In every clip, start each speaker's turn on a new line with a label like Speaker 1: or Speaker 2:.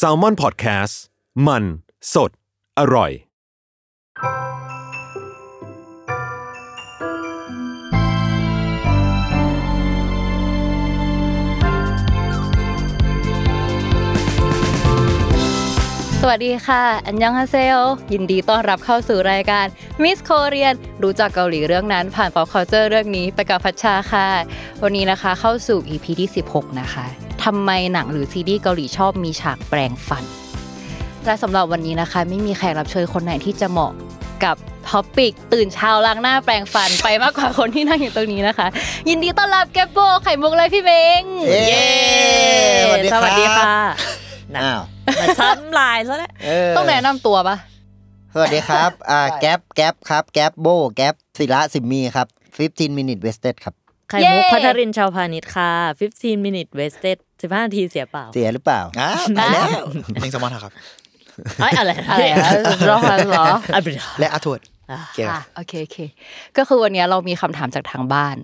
Speaker 1: s a l m o n PODCAST มันสดอร่อย
Speaker 2: สวัสดีค่ะ อันยังฮาเซล ยินดีต้อนรับเข้าสู่รายการมิส s คเรียนรู้จักเกาหลีเรื่องนั้นผ่าน pop culture เรื่องนี้ไปกับพัชชาค่ะ วันนี้นะคะเข้าสู่ EP ที่ 16 นะคะทำไมหนังหรือซีรีส์เกาหลีชอบมีฉากแปลงฟัน และสำหรับวันนี้นะคะ ไม่มีแขกรับเชิญคนไหนที่จะเหมาะกับท็อปิก ตื่นเช้าล้างหน้าแปลงฟัน ไปมากกว่าคนที่นั่งอยู่ตรงนี้นะคะ ยินดีต้อนรับแกปโบไข่มุกเลยพี่เมง
Speaker 3: เย้สวัสดีครับ
Speaker 2: สวัสดีค่ะ
Speaker 3: อ้าว
Speaker 4: มาซ้ำลายซะแล้ว
Speaker 3: เออ
Speaker 2: ต้องแนะนำตัวปะ
Speaker 3: สวัสดีครับ อ่า แก๊ป แก๊ป ครับ แก๊ป โบ แก๊ป ศิระ สิมมี ครับ 15 minute wasted ครับ
Speaker 4: ไข่มุกพัทรินชาวพาณิชย์ค่ะ 15 minute wasted 15 นาทีเสียเปล่า
Speaker 3: เสียหรือเปล่า
Speaker 5: อ้าว
Speaker 2: อ้าว
Speaker 5: แล้วเพลงสมอนครับ
Speaker 4: เอ้ยอะไร
Speaker 2: อะไรอะรอฟังเหรอ
Speaker 4: อันเป็น
Speaker 5: และอาทวดเกี่ยว
Speaker 2: ค่ะโอเคโอเค ก็คือวันนี้เรามีคำถามจากทางบ้าน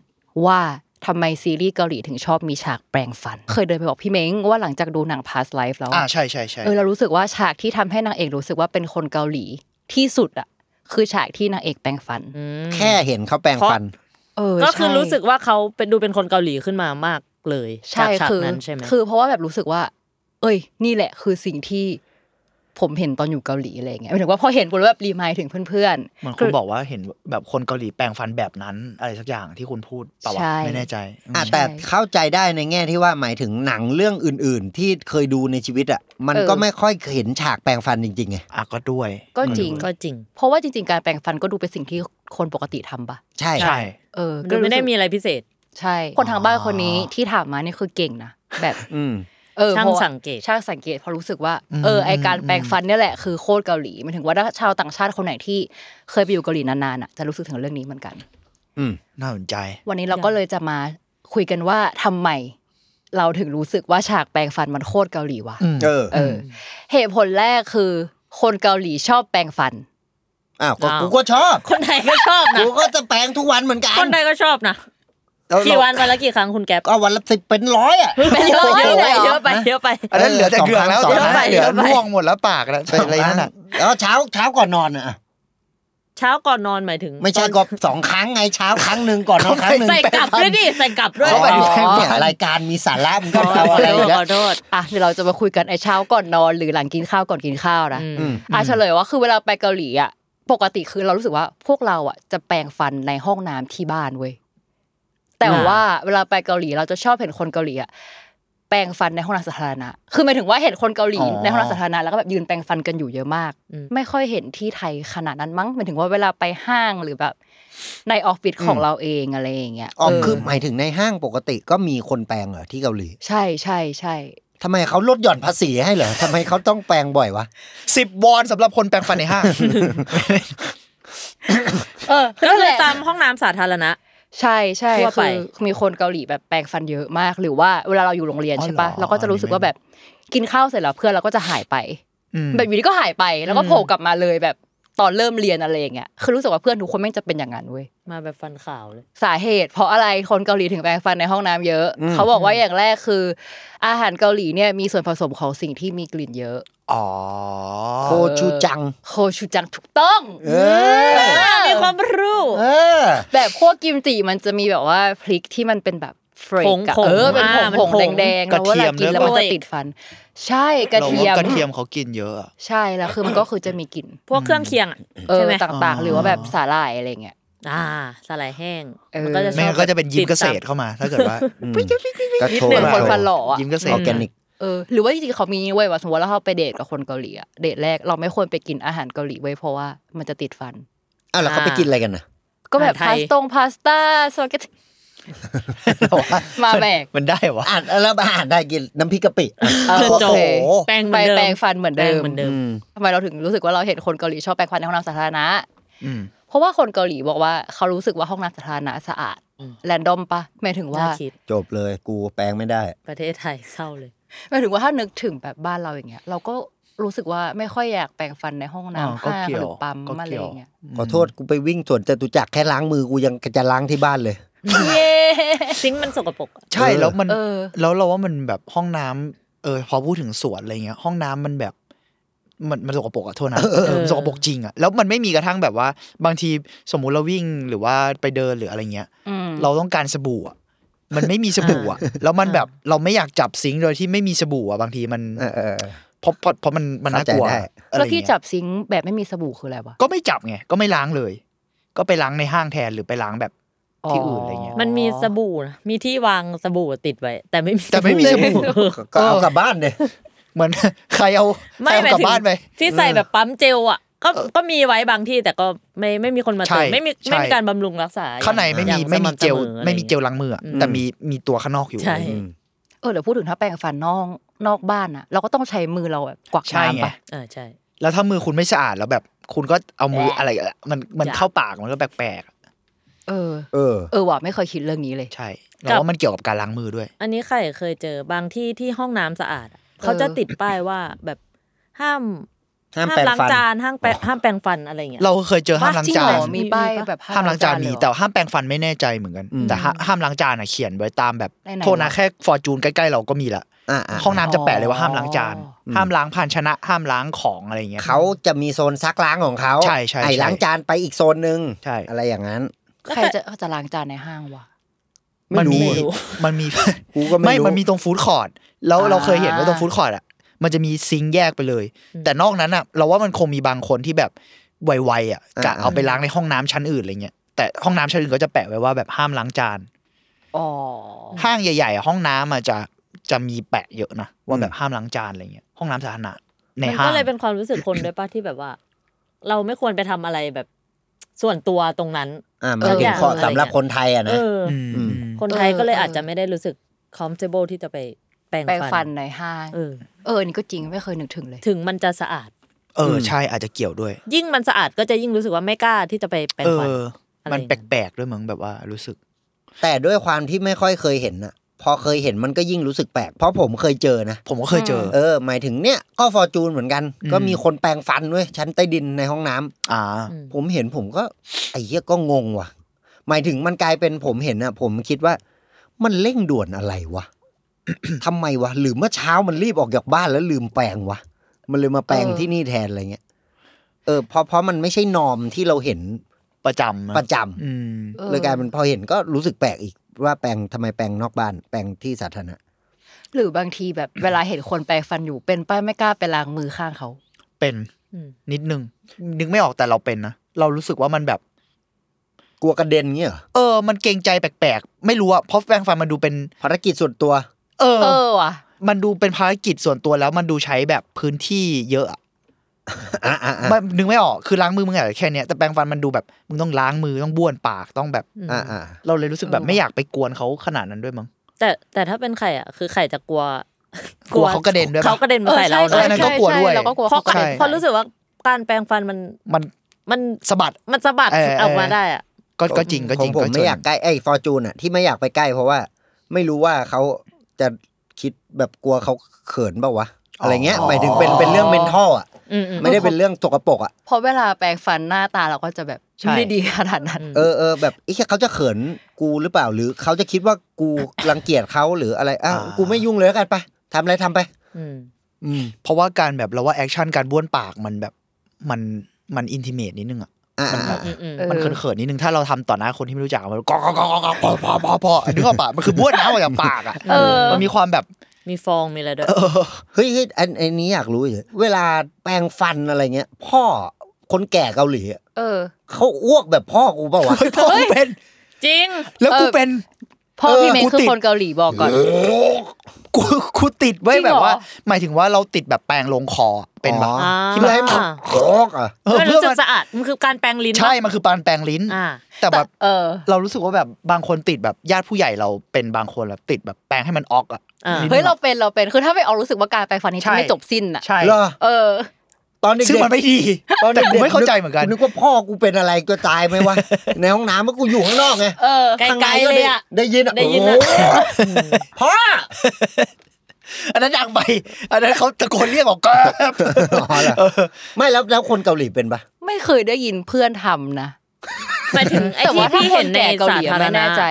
Speaker 2: ว่าทำไมซีรีส์เกาหลีถึงชอบมีฉากแปลงฟัน เคยเดินไปบอกพี่เม้งว่าหลังจากดูหนัง past life แล้ว
Speaker 5: อ่า
Speaker 2: อะ
Speaker 5: ใช่ใช่ใช่
Speaker 2: เออเรารู้สึกว่าฉากที่ทำให้นางเอกรู้สึกว่าเป็นคนเกาหลีที่สุดอะคือฉากที่นางเอกแปลงฟัน
Speaker 3: แค่เห็นเขาแปรงฟัน
Speaker 2: เออ
Speaker 4: ก็คือ
Speaker 2: ใช่
Speaker 4: รู้สึกว่าเขาเป็นดูเป็นคนเกาหลีขึ้นมามากเลย
Speaker 2: ใช่
Speaker 4: จากฉาก
Speaker 2: คือ
Speaker 4: นั้นใช่ไหม
Speaker 2: คือเพราะว่าแบบรู้สึกว่า เอ้ย นี่แหละคือสิ่งที่ผมเห็นตอนอยู่เกาหลีอะไรอย่างเงี้ยหมายถึงว่าพอเห็นปุ๊บแล้วแบบรีมายถึงเพื่อนๆ
Speaker 5: เหมือนคุณบอกว่าเห็นแบบคนเกาหลีแปลงฟันแบบนั้น อะไรสักอย่างที่คุณพูดเปล่าวะ
Speaker 2: ใช่
Speaker 5: ไม่แน่ใจอืม
Speaker 3: อ่ะแต่เข้าใจได้ในแง่ที่ว่าหมายถึงหนังเรื่องอื่น ๆ ที่เคยดูในชีวิตอ่ะ มัน
Speaker 2: เออ
Speaker 3: ก็ไม่ค่อยเห็นฉากแปรงฟันจริง ๆ ไง
Speaker 5: อ่ะก็ด้วย
Speaker 2: ก็จริง
Speaker 4: ก็จริง
Speaker 2: เพราะว่าจริงๆ การแปรงฟันก็ดูเป็นสิ่งที่คนปกติทำปะ
Speaker 3: ใช่
Speaker 5: ใช่
Speaker 2: เออ
Speaker 4: ดูไม่ได้
Speaker 2: รู้สึก
Speaker 4: มีอะไรพิเศษ
Speaker 2: ใช่ คนทางบ้านคนนี้
Speaker 5: อ๋อ
Speaker 2: ที่ถามมานี่คือเก่งนะ แบบ
Speaker 3: อืม
Speaker 2: เออ
Speaker 4: ช่าง
Speaker 2: พระว่
Speaker 4: สังเกต
Speaker 2: ช่างสังเกตเพราะรู้สึกว่า
Speaker 5: อืม
Speaker 2: เออไอการ
Speaker 5: อืม
Speaker 2: แปรงฟันเนี่ยแหละคือโคตรเกาหลีหมันถึงว่าถ้าชาวต่างชาติคนไหนที่เคยไปอยู่เกาหลีนานๆอ่ะจะรู้สึกถึงเรื่องนี้เหมือนกัน
Speaker 3: อืม
Speaker 5: น่าสนใจ
Speaker 2: วันนี้เราก็เลยจะมาคุยกันว่าทำไมเราถึงรู้สึกว่าฉากแปรงฟันมันโคตรเกาหลีวะ
Speaker 3: เออ
Speaker 2: เอออเหตุผลแรกคือ คนเกาหลีชอบแปรงฟัน
Speaker 3: อ้าวก็
Speaker 4: อ้าว
Speaker 3: กูก็ชอบ
Speaker 4: คนไทยก็ชอบนะ
Speaker 3: กูก็จะแปรงทุกวันเหมือนกัน
Speaker 4: คนไทยก็ชอบนะ
Speaker 3: แล้ว
Speaker 4: กี่
Speaker 3: เรา
Speaker 4: วันวันละกี่ครั้งคุณแก๊ป
Speaker 3: ก็วันละสิบเป็นร้อยอ่ะ
Speaker 4: เป็น
Speaker 2: ร้อยเลยเหรอ
Speaker 4: เยอะไปเยอะไป
Speaker 5: อันนั้นเหลือแต่
Speaker 3: สอง
Speaker 5: เดือกแล้ว
Speaker 3: ครั้งสองค
Speaker 5: ตอน
Speaker 3: รั้
Speaker 5: นั้
Speaker 3: ง
Speaker 5: นเหลือร่วงหมดแล้วปากแล้วเป็นอะไรนั่นน่ะ
Speaker 3: แล้วเช้าเช้าก่อนนอนอ่ะ
Speaker 4: เช้าก่อนนอนหมายถึง
Speaker 3: ไม่ใช่ก็ สองครั้งไงเช้าครั้งหนึ่งก่อนนอนครั้งหนึ่ง
Speaker 4: ใส่กลับด้วยดิใส่กลับด้วย
Speaker 3: อ๋อ
Speaker 4: ขอโทษ
Speaker 3: เนี่ยรายการมีสาระมันก็เอาอะไรอีกแล้
Speaker 4: ข
Speaker 3: ว
Speaker 4: อโทษ
Speaker 2: อ่ะเดี๋ยวเราจะมาคุยกันไอเช้าก่อนนอนหรือหลังกินข้าวก่อนกินข้าวนะ
Speaker 3: อืม
Speaker 2: อ่ะเฉลยว่าคือเวลาไปเกาหลีอ่ะปกติคือเรารู้สึกว่าพวกเราอ่ะจะแปรงฟันในห้องน้ำที่บ้านเว้ยแต่
Speaker 4: อ่า
Speaker 2: ว่าเวลาไปเกาหลีเราจะชอบเห็นคนเกาหลีอ่ะแปรงฟันในห้องน้ำสาธารณะ คือหมายถึงว่าเห็นคนเกาหลี
Speaker 5: อ๋อ
Speaker 2: ในห้องน้ำสาธารณะแล้วก็แบบยืนแปรงฟันกันอยู่เยอะมาก ไม่ค่อยเห็นที่ไทยขนาดนั้นมั้งหมายถึงว่าเวลาไปห้างหรือแบบในออฟฟิศของเราเองอะไรอย่างเงี้ย
Speaker 3: อ๋อ
Speaker 2: เออ
Speaker 3: คือหมายถึงในห้างปกติก็มีคนแปลงเหรอที่เกาหลี
Speaker 2: ใช่ใช่ใช่
Speaker 3: ทำไมเขาลดหย่อนภาษีให้เหรอทำไมเขาต้องแปลงบ่อยวะ
Speaker 5: สิบวอนสำหรับคนแปลงฟันในห้าง
Speaker 2: เออ
Speaker 4: ก็คือตามห้องน้ำสาธารณะ
Speaker 2: ใช่ใช่
Speaker 4: ทั่ว
Speaker 2: คื
Speaker 4: ไป
Speaker 2: อมีคนเกาหลีแบบแปรงฟันเยอะมาก หรือว่าเวลาเราอยู่โรงเรียน
Speaker 5: อ๋อ
Speaker 2: ใช่ปะ
Speaker 5: เหรอ
Speaker 2: เราก็จะรู้สึกว่าแบบกินข้าวเสร็จแล้วเพื่อนเราก็จะหายไป แบบอยู่ดีก็หายไปแล้วก็โผล่กลับมาเลยแบบตอนเริ่มเรียนอะไรอย่างเงี้ยคือรู้สึกว่าเพื่อนทุกคนแม่งจะเป็นอย่างนั้นเว้ย
Speaker 4: มาแบบฟันขาวเลย
Speaker 2: สาเหตุ เพราะอะไรคนเกาหลีถึงแปรงฟันในห้องน้ำเยอะ
Speaker 3: อืม
Speaker 2: เขาบอกว่าอย่างแรกคือ อาหารเกาหลีเนี่ยมีส่วนผสมของสิ่งที่มีกลิ่นเยอะ
Speaker 5: อ๋อ
Speaker 3: โคชูจัง
Speaker 2: โคชูจังถูกต้อง
Speaker 3: เออ
Speaker 2: เออ
Speaker 4: มีความรู้
Speaker 3: เออ
Speaker 2: แบบพวกกิมจิมันจะมีแบบว่าพริกที่มันเป็นแบบเฟรกอะ
Speaker 4: ผงๆ
Speaker 2: เออเป็นผ
Speaker 4: อ่าง มัน
Speaker 2: ผ
Speaker 4: ผ
Speaker 2: ง
Speaker 4: ง
Speaker 2: แดงๆแล้วเวลากินแล้วมันจะติดฟัน ใช่กระเทียม
Speaker 5: กระเทียมเขากินเยอะอะ
Speaker 2: ใช่แล้วคือมันก็คือจะมีกลิ่น
Speaker 4: พวกเครื่องเคียงอะ
Speaker 2: เออ
Speaker 4: ใช่ไหม
Speaker 2: ต่างๆ หรือว่าแบบสาหร่ายอะไรเงี้ย
Speaker 4: อ่าสลายแห้ง
Speaker 2: เออ
Speaker 4: มันก็จะช
Speaker 5: ไม่
Speaker 4: อบ
Speaker 5: งั้นก็จะเป็นยิมเกษตร
Speaker 4: ติดต
Speaker 5: เข้ามา ถ้าเกิดว่า
Speaker 3: กระโช
Speaker 2: เป็นคน
Speaker 3: กระโช
Speaker 2: ฟันหล่ออะ
Speaker 5: ยิมเกษ
Speaker 3: อ
Speaker 5: ต
Speaker 3: อ
Speaker 5: ร
Speaker 3: ร์แกนิก
Speaker 2: เออหรือว่าจริงๆเขามีนี่เว้ยว่าสมมติว่าเราไปเดทกับคนเกาหลีอะเดทแรกเราไม่ควรไปกินอาหารเกาหลีเว้ยเพราะว่ามันจะติดฟัน
Speaker 3: อ้าวแล้วเขาไปกินอะไรกันนะ
Speaker 2: ก็แบบ
Speaker 4: อาหารไท
Speaker 2: พาย สตงพาสต้าสปาเกตตี
Speaker 5: แต่ว่
Speaker 2: มาแบก
Speaker 5: มันได้วะ
Speaker 3: อ่าน แล้วอาหารได้กินน้ำพริกกะปิ
Speaker 2: เออโอ
Speaker 4: จบ
Speaker 2: เค
Speaker 4: แปรงเห
Speaker 2: ไป
Speaker 4: มือนเดิม
Speaker 2: แปรงฟันเหมือน
Speaker 4: แปร
Speaker 2: เดิ
Speaker 4: ง
Speaker 2: ม
Speaker 4: เหมือนเดิม
Speaker 2: ทำไมเราถึงรู้สึกว่าเราเห็นคนเกาหลีชอบแปรงฟันในห้องน้ำสาธารณะ
Speaker 5: อืม
Speaker 2: เพราะว่าคนเกาหลีบอกว่าเขารู้สึกว่าห้องน้ำสาธารณะสะอาด
Speaker 4: อืม
Speaker 2: แรนดอมปะหมายถึงว่า
Speaker 4: น่าคิด
Speaker 3: จบเลยกูแปลงไม่ได้
Speaker 4: ประเทศไทยเศร้าเลย
Speaker 2: หมายถึงว่าถ้านึกถึงแบบบ้านเราอย่างเงี้ย เราก็รู้สึกว่าไม่ค่อยอยากแปรงฟันในห้อง
Speaker 5: อ๋อ
Speaker 2: น้ำ
Speaker 5: ก็
Speaker 2: ห้าง
Speaker 5: เกี่ยว
Speaker 2: หรือปั๊ม
Speaker 5: ก็
Speaker 2: อะไร
Speaker 5: เกี่ยว
Speaker 2: อย่างเงี้ย
Speaker 3: ขอโทษกูไปวิ่งสวนจตุจักรแค่ล้างมือกูยังจะล้างที่บ้านเลย
Speaker 2: เย้
Speaker 4: ซิงค์มันสกปรกอะ
Speaker 5: ใช่แล้วมัน
Speaker 2: เออ
Speaker 5: แล้วเราว่ามันแบบห้องน้ำเออ พอพูดถึงสวนอะไรเงี้ย ห้องน้ำมันแบบ มันมันสกปรกอะโทษนะเออมันสกปรกจริงอะแล้วมันไม่มีกระทั่งแบบว่า บางทีสมมุติเราวิ่งหรือว่าไปเดินหรืออะไรเงี้ย
Speaker 2: อืม
Speaker 5: เราต้องการสบู่อะมันไม่มีสบู่ อะแล้วมันแบบเราไม่อยากจับซิงค์โดยที่ไม่มีสบู่อะบางทีมัน
Speaker 3: เออเออเออ
Speaker 5: เพราะเพราะเพราะมันมันน่ากลัว
Speaker 3: เข้าใจได้
Speaker 5: อะไร
Speaker 2: แล้ว
Speaker 5: เงี้ย
Speaker 2: ที่จับซิงค์แบบไม่มีสบู่คืออะไรวะ
Speaker 5: ก็ไม่จับไงก็ไม่ล้างเลย ก็ไปล้างในห้างแทนหรือไปล้างแบบที่อื่นอะไรเงี้ย
Speaker 4: มันมีสบู่นะมีที่วางสบู่ติดไว้ แต่ไม่มี
Speaker 5: แต่ไม่มีสบู่
Speaker 4: เออ
Speaker 3: ก็เอาก ลับบ้านเลย
Speaker 5: เหมือน ใครเอาใคร
Speaker 4: ไม่หมาย
Speaker 5: เอากลับ
Speaker 4: ถึง
Speaker 5: บ้านไป
Speaker 4: ที่ใส่แบบปั๊มเจลอ่ะก็ก็มีไว้บางที่แต่ก็ไม่ไม่มีคนมา
Speaker 5: ใช่
Speaker 4: เติมไม่มี
Speaker 5: ใช่
Speaker 4: ไม่มีการบำรุงรักษา
Speaker 5: ข้างในไม่
Speaker 4: อย่
Speaker 5: มี
Speaker 4: ง
Speaker 5: ไม่มี
Speaker 4: สำ
Speaker 5: เจล
Speaker 4: สออะร
Speaker 5: ไม่มีเจล
Speaker 4: งี้ย
Speaker 5: ล้างมืออะ
Speaker 4: อืม
Speaker 5: แต่มีมีตัวข้างนอกอยู่
Speaker 4: ใช่
Speaker 5: อะไรอย่างงี้
Speaker 2: เออเดี๋ยวพูดถึงถ้าแปรงฟันนอกนอกบ้านอะเราก็ต้องใช้มือเราแบบกวัก
Speaker 5: ใช่ไง
Speaker 2: น้ำปะ
Speaker 4: อ่าใช่
Speaker 5: แล้วถ้ามือคุณไม่สะอาดแล้วแบบ คุณก็เอามือ
Speaker 4: แอะ
Speaker 5: อะไรอะมันมัน
Speaker 4: จ้ะ
Speaker 5: เข้าปากมันก็แปลก
Speaker 2: เออ
Speaker 3: เออ
Speaker 2: เออว่ะไม่เคยคิดเรื่องนี้เลย
Speaker 5: ๆใช่เราว่ามันเกี่ยวกับการล้างมือด้วย
Speaker 4: อันนี้ใครเคยเจอบางที่ที่ห้องน้ำสะอาดอะเขาจะติดป้ายว่าแบบห้าม
Speaker 3: ห้ามแปรง
Speaker 4: ล้าง
Speaker 3: ฟัน
Speaker 4: จานห้ามแปรงห้ามแปรงฟันอะไรอย่างเงี้ย
Speaker 5: เราเคยเจอห้ามล้าง
Speaker 2: จ
Speaker 5: จาน
Speaker 2: ริงเหรอมีป้ายแบบ
Speaker 5: ห้ามล้างจานมี
Speaker 2: เหรอ
Speaker 5: แต่ห้ามแปรงฟันไม่แน่ใจเหมือนกัน
Speaker 3: อืม
Speaker 5: แต่ห้าห้ามล้างจานอ่ะเขียนไว้ตามแบบ
Speaker 2: ไหนๆ
Speaker 5: โทษนะ
Speaker 2: วะ
Speaker 5: แค่ฟอร์จูนใกล้ๆเราก็มีละ
Speaker 3: อ่ะอ่ะ
Speaker 5: ห้องน้ำจะแปะเลยว่าห้ามล้างจาน
Speaker 3: อืม
Speaker 5: ห้ามล้างภาชนะ ห้ามล้างของอะไรอย่างเงี้ย
Speaker 3: เขาจะมีโซนซักล้างของเขา
Speaker 5: ใช่ใช่
Speaker 3: ไอ้
Speaker 5: ใช่
Speaker 3: ล้างจานไปอีกโซนหนึ่ง
Speaker 5: ใช่
Speaker 3: อะไรอย่างนั้น
Speaker 2: ใครจะจะล้างจานในห้างวะ
Speaker 5: มันมี
Speaker 4: ไม่รู้
Speaker 5: มันมี
Speaker 3: กูก็ไม่
Speaker 5: ไม่
Speaker 3: รู้
Speaker 5: มันมีตรงฟู้ดคอร์ดแล้ว
Speaker 2: อ่า
Speaker 5: เราเคยเห็นว่าตรงฟู้ดคอร์ดอ่ะ มันจะมีซิงค์แยกไปเลย แต่นอกนั้นอ่ะ เราว่ามันคงมีบางคนที่แบบไวๆอ่ะกะเอาไปล้างในห้องน้ำชั้นอื่นอะไรเงี้ย แต่ห้องน้ำชั้นอื่นก็จะแปะไว้ว่าแบบห้ามล้างจาน
Speaker 2: อ๋อ
Speaker 5: ห้างใหญ่ๆอ่ะห้องน้ำอ่ะจะจะมีแปะเยอะนะว่าแบบห้ามล้างจานอะไรเงี้ย ห้องน้ำสาธารณะใน
Speaker 4: มัน
Speaker 5: ห้าง
Speaker 4: ก็เลยเป็นความรู้สึกคนด้วยป่ะ ที่แบบว่า เราไม่ควรไปทำอะไรแบบส่วนตัวตรงนั้น
Speaker 3: อ่าหมายถึงขอสำหรับคนไทยอ่ะ
Speaker 4: เอ
Speaker 3: นะ
Speaker 4: อ
Speaker 5: อืมอืม
Speaker 4: คนไทยก็เลย
Speaker 2: เอออ
Speaker 4: อาจจะไม่ได้รู้สึก comfortable ที่จะไปแปรง
Speaker 2: แปรงฟั
Speaker 4: ฟั
Speaker 2: นในห้าง
Speaker 4: เออ
Speaker 2: เออ นี่ก็จริงไม่เคยนึกถึงเลย
Speaker 4: ถึงมันจะสะอาด
Speaker 5: เออใช่อาจจะเกี่ยวด้วย
Speaker 4: ยิ่งมันสะอาดก็จะยิ่งรู้สึกว่าไม่กล้าที่จะไปแปรง
Speaker 5: เอ
Speaker 4: ฟัน
Speaker 5: อ
Speaker 4: อะไร
Speaker 5: มันแปลกๆด้วยมั้งแบบว่ารู้สึก
Speaker 3: แต่ด้วยความที่ไม่ค่อยเคยเห็นอ่ะ พอเคยเห็นมันก็ยิ่งรู้สึกแปลก เพราะผมเคยเจอนะ
Speaker 5: ผมก็เคยเจอ
Speaker 3: เออ หมายถึงเนี่ยก็ฟอร์จูนเหมือนกัน
Speaker 5: อืม
Speaker 3: ก็มีคนแปรงฟันด้วยชั้นใต้ดินในห้องน้ำ
Speaker 5: อ่า
Speaker 4: ม
Speaker 3: ผมเห็นผมก็ ไอ้เหี้ยก็งงว่ะ หมายถึงมันกลายเป็นผมเห็นอ่ะ ผมคิดว่า มันเร่งด่วนอะไรวะ ทำไมวะหรือเมื่อเช้ามันรีบออกจากบ้านแล้วลืมแปรงวะมันเลยมาแปรง
Speaker 2: เออ
Speaker 3: ที่นี่แทนอะไรเงี้ยเออเพราะเพราะมันไม่ใช่นอมที่เราเห็น
Speaker 5: ประจำน
Speaker 3: ประจำ
Speaker 5: อืม
Speaker 2: ออ
Speaker 3: เลยกลายเป็นพอเห็นก็รู้สึกแปลกอีกว่าแปรงทำไมแปรงนอกบ้าน แปรงที่สาธารณะ
Speaker 2: หรือบางทีแบบเวลาเห็นคนแปรงฟันอยู่เป็นป้าไม่กล้าไปล้างมือข้างเขา
Speaker 5: เป็น
Speaker 4: อืม
Speaker 5: นิดนึง นึกไม่ออกแต่เราเป็นนะ เรารู้สึกว่ามันแบบ
Speaker 3: กลัวกระเด็นเงี้ยเหรอ
Speaker 5: เออ มันเกรงใจแปลกๆ ไม่รู้อะเพราะแปรงฟันมันดูเป็น
Speaker 3: ภารกิจส่วน ตัว
Speaker 5: เออ
Speaker 2: เออว่ะ
Speaker 5: มันดูเป็นภารกิจส่วนตัวแล้วมันดูใช้แบบพื้นที่เยอะอะ
Speaker 3: อ่ะอ่ะอ่ะ
Speaker 5: มันนึกไม่ออกคือล้างมือมึงอาจจะแค่เนี้ยแต่แปรงฟันมันดูแบบมึงต้องล้างมือต้องบ้วนปากต้องแบบ
Speaker 4: อืม
Speaker 3: อ่าอ่า
Speaker 5: เราเลยรู้สึกแบบ
Speaker 2: เออ
Speaker 5: ไม่อยากไปกวนเขาขนาดนั้นด้วยมั้ง
Speaker 4: แต่แต่ถ้าเป็นไข่อ่ะคือไข่จะกลัว
Speaker 5: กลัวเขากระเด็นด้วยปะ
Speaker 4: เขากระเด็นมาใส่เรา
Speaker 5: อออันนั้นก็กลัวด้วย
Speaker 2: ใช่เราก็กลัว
Speaker 4: เพราะ
Speaker 2: เขากระเด็น
Speaker 4: เพราะรู้สึกว่าการแปรงฟันมัน
Speaker 5: มัน
Speaker 4: มัน
Speaker 5: สะบัด
Speaker 4: มันสะบัด
Speaker 5: เออเออ
Speaker 4: ออกมาได้อ่ะ
Speaker 5: ก็ก็จริงก็จริง
Speaker 3: ผมผม
Speaker 5: จริ
Speaker 3: ไม่
Speaker 5: ง
Speaker 3: อยากใกล้ไอ้ฟอร์จูนอ่ะที่ไม่อยากไปใกล้เพราะว่า ไม่รู้ว่าเขาจะคิดแบบกลัวเขาเขินเปล่าวะ อะไรเงี้ยหมายถึงเป็นเป็นเรื่องเมนทัลอ่ะ
Speaker 4: อืมอืม
Speaker 3: ไม่ได้เป็นเรื่องตกปรกอ่ะ
Speaker 2: เพราะเวลาแปรงฟันหน้าตาเราก็จะแบบไม่ได้ดีขนาดนั้น
Speaker 4: อืม
Speaker 3: เออเออแบบไอ้ยเขาจะเขินกูหรือเปล่าหรือเขาจะคิดว่ากูรังเกียจเขาหรืออะไรอ้าวกูไม่ยุ่งเลยแล้วกันไปทำอะไรทำไป
Speaker 4: อืม
Speaker 3: อืม
Speaker 5: เพราะว่าการแบบเราว่าแอคชั่นการบ้วนปากมันแบบมันมันอินทิเมตนิดนึงอะ
Speaker 3: อ่า
Speaker 4: อืมอืม
Speaker 2: เออ
Speaker 5: มันเขินๆนิดนึงถ้าเราทำต่อหน้าคนที่ไม่รู้จักมันก็ก็ก็ก็ก็พอพอพอพอนึกออกปะมันคือบ้วนน้ำออกจากปากอ่ะ
Speaker 2: เออ
Speaker 5: มันมีความแบบ
Speaker 4: มีฟองมีอะไรด้วย
Speaker 5: เออ
Speaker 3: เฮ้ยเฮ้ยอันอันนี้อยากรู้เลยเวลาแปรงฟันอะไรเงี้ย พ่อคนแก่เกาหลีอะ
Speaker 2: เออ
Speaker 3: เขาอ้วกแบบพ่อกูเปล่าวะ
Speaker 5: เฮ้ยพ่อกูเป็น
Speaker 4: จริง
Speaker 5: แล้วกู
Speaker 2: เออ
Speaker 5: เป็น
Speaker 2: พ่อพี่เมง
Speaker 5: กู
Speaker 2: คือ
Speaker 5: ติด
Speaker 2: คนเกาหลีบอกก่อน
Speaker 5: กูกูติดไว้
Speaker 2: จริงเหรอ
Speaker 5: แบบว่า หมายถึงว่าเราติดแบบแปรงลงคอเป็นแบบ
Speaker 3: อ๋อที่
Speaker 4: ที่มัน
Speaker 3: ไรมันโอกอ่ะ
Speaker 5: เออ
Speaker 4: มัน
Speaker 5: เพื่
Speaker 4: รู้
Speaker 5: อ
Speaker 4: สึ
Speaker 5: มั
Speaker 4: ก
Speaker 5: น
Speaker 4: สะอาดมันคือการแปรงลิ้นปะ
Speaker 5: ใช่มันคือปานแปรงลิ้น
Speaker 4: อ่า
Speaker 5: แต่แบบ
Speaker 2: เออ
Speaker 5: เรารู้สึกว่าแบบบางคนติดแบบญาติผู้ใหญ่เราเป็นบางคนแบบติดแบบแปรงให้มันออกอ่ะ
Speaker 4: อ่านิ
Speaker 5: ดนึง
Speaker 2: เฮ้ย
Speaker 5: อะ
Speaker 2: เราเป็นเราเป็นคือถ้าไม่ออกรู้สึกว่าการไปฟันนี้
Speaker 5: ใช่
Speaker 2: ไม่จบสิ้นอ่ะ
Speaker 5: ใช่
Speaker 3: เหรอ
Speaker 2: เออ
Speaker 3: ตอนเด็กๆ
Speaker 5: ซึ่งมันไม่ดี
Speaker 3: ตอน
Speaker 5: แต่
Speaker 3: เด็กๆ
Speaker 5: กูไม่เข้าใจเหมือนกัน
Speaker 3: นึกว่าพ่อกูเป็นอะไรก็ตายไหม วะ ในห้องน้ำเมื่อกูอยู่ข้างนอกไง
Speaker 2: เออ
Speaker 4: ไก
Speaker 3: ข้างใน
Speaker 4: ลๆเลยอ่ะ
Speaker 3: ได้ยินอ่ะ
Speaker 4: ได้ยินอะ
Speaker 3: โอ้โหพ่อ
Speaker 5: อันนั้นดังไป อันนั้นเขาตะโกนเรียกออกก็
Speaker 3: อ๋อเหรอ
Speaker 5: เออ
Speaker 3: ไม่แล้วแล้วคนเกาหลีเป็นปะ
Speaker 2: ไม่เคยได้ยินเพื่อนทำนะ
Speaker 4: หมายถึงไอ้
Speaker 2: แต่
Speaker 4: ที่
Speaker 2: ว่าถ้า
Speaker 4: พี่
Speaker 2: ค
Speaker 4: เห็
Speaker 2: น
Speaker 4: นใน
Speaker 2: แก่เกาห
Speaker 4: สา
Speaker 2: ลี
Speaker 4: ธาร
Speaker 2: ไม่
Speaker 4: ณะ
Speaker 2: แน่ใจ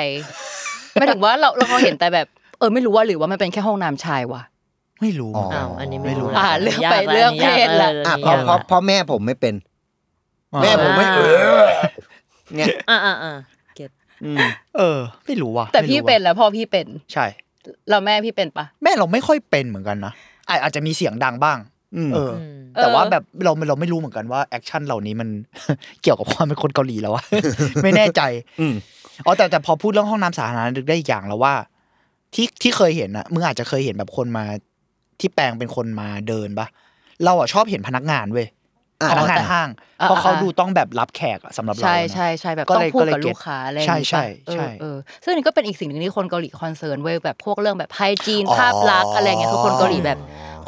Speaker 2: หมายถึงว่าเราเราเขาเห็นแต่แบบ เออไม่รู้ว่าหรือว่ามันเป็นแค่ห้องน้ำชายวะ
Speaker 5: ไม่รู้
Speaker 4: อ้าวอันนี้ไม่รู้
Speaker 2: อ่าเลือกไปเลือกเพศละ
Speaker 3: อ่ะ
Speaker 4: อ่ะ
Speaker 3: เพราะเพราะเพราะแม่ผมไม่เป็น
Speaker 5: อ่า
Speaker 3: แม่ผมไม่เออเนี่ย
Speaker 4: อ่าอ่าอ่าเก็ต
Speaker 3: อืม
Speaker 5: เออ ไม่รู้ว่ะ
Speaker 2: แต่
Speaker 5: ไม่รู้
Speaker 2: พี่
Speaker 5: ว่ะ
Speaker 2: เป็นแล้วพ่อพี่เป็น
Speaker 5: ใช่
Speaker 2: เราแม่พี่เป็นปะ
Speaker 5: แม่เราไม่ค่อยเป็นเหมือนกันนะอาอาจจะมีเสียงดังบ้าง
Speaker 3: อืม
Speaker 5: เออ
Speaker 4: ม
Speaker 5: แต่ว่า
Speaker 2: เออ
Speaker 5: แบบเราเราไม่รู้เหมือนกันว่าแอคชั่นเหล่านี้มัน เกี่ยวกับความเป็นคนเกาหลีแล้วอะ ไม่แน่ใจ
Speaker 3: อืม
Speaker 5: อ๋อแต่แต่พอพูดเรื่องห้องน้ำสาธารณะนึกได้อีกอย่างแล้วว่า ที่ที่เคยเห็นอะมึงอาจจะเคยเห็นแบบคนมา ที่แปลงเป็นคนมาเดินปะเราอะชอบเห็นพนักงานเว้ย
Speaker 3: อ่า
Speaker 5: พนักงานห้าง
Speaker 2: อ่า
Speaker 5: เพราะเขา
Speaker 2: อ่า
Speaker 5: ดูต้องแบบรับแขกอะสำหรับเรา
Speaker 2: ใช่
Speaker 5: นะ
Speaker 2: ใช่ใช่แบบ
Speaker 5: ก็
Speaker 2: ต้อ
Speaker 5: เลย
Speaker 2: งพูดกับ
Speaker 5: ก็เลย
Speaker 2: ลูกค้าอะไรอย่างงี้
Speaker 5: ใช่
Speaker 2: ปะ
Speaker 5: ใช่ใช่
Speaker 2: เออเออซึ่งอันนี่ก็เป็นอีกสิ่งหนึ่งที่คนเกาหลีคอนเซิร์นเว้ยแบบพวกเรื่องแบบไฮจีนภาพลักษณ์อะไรเงี้ยคือคนเกาหลีแบบ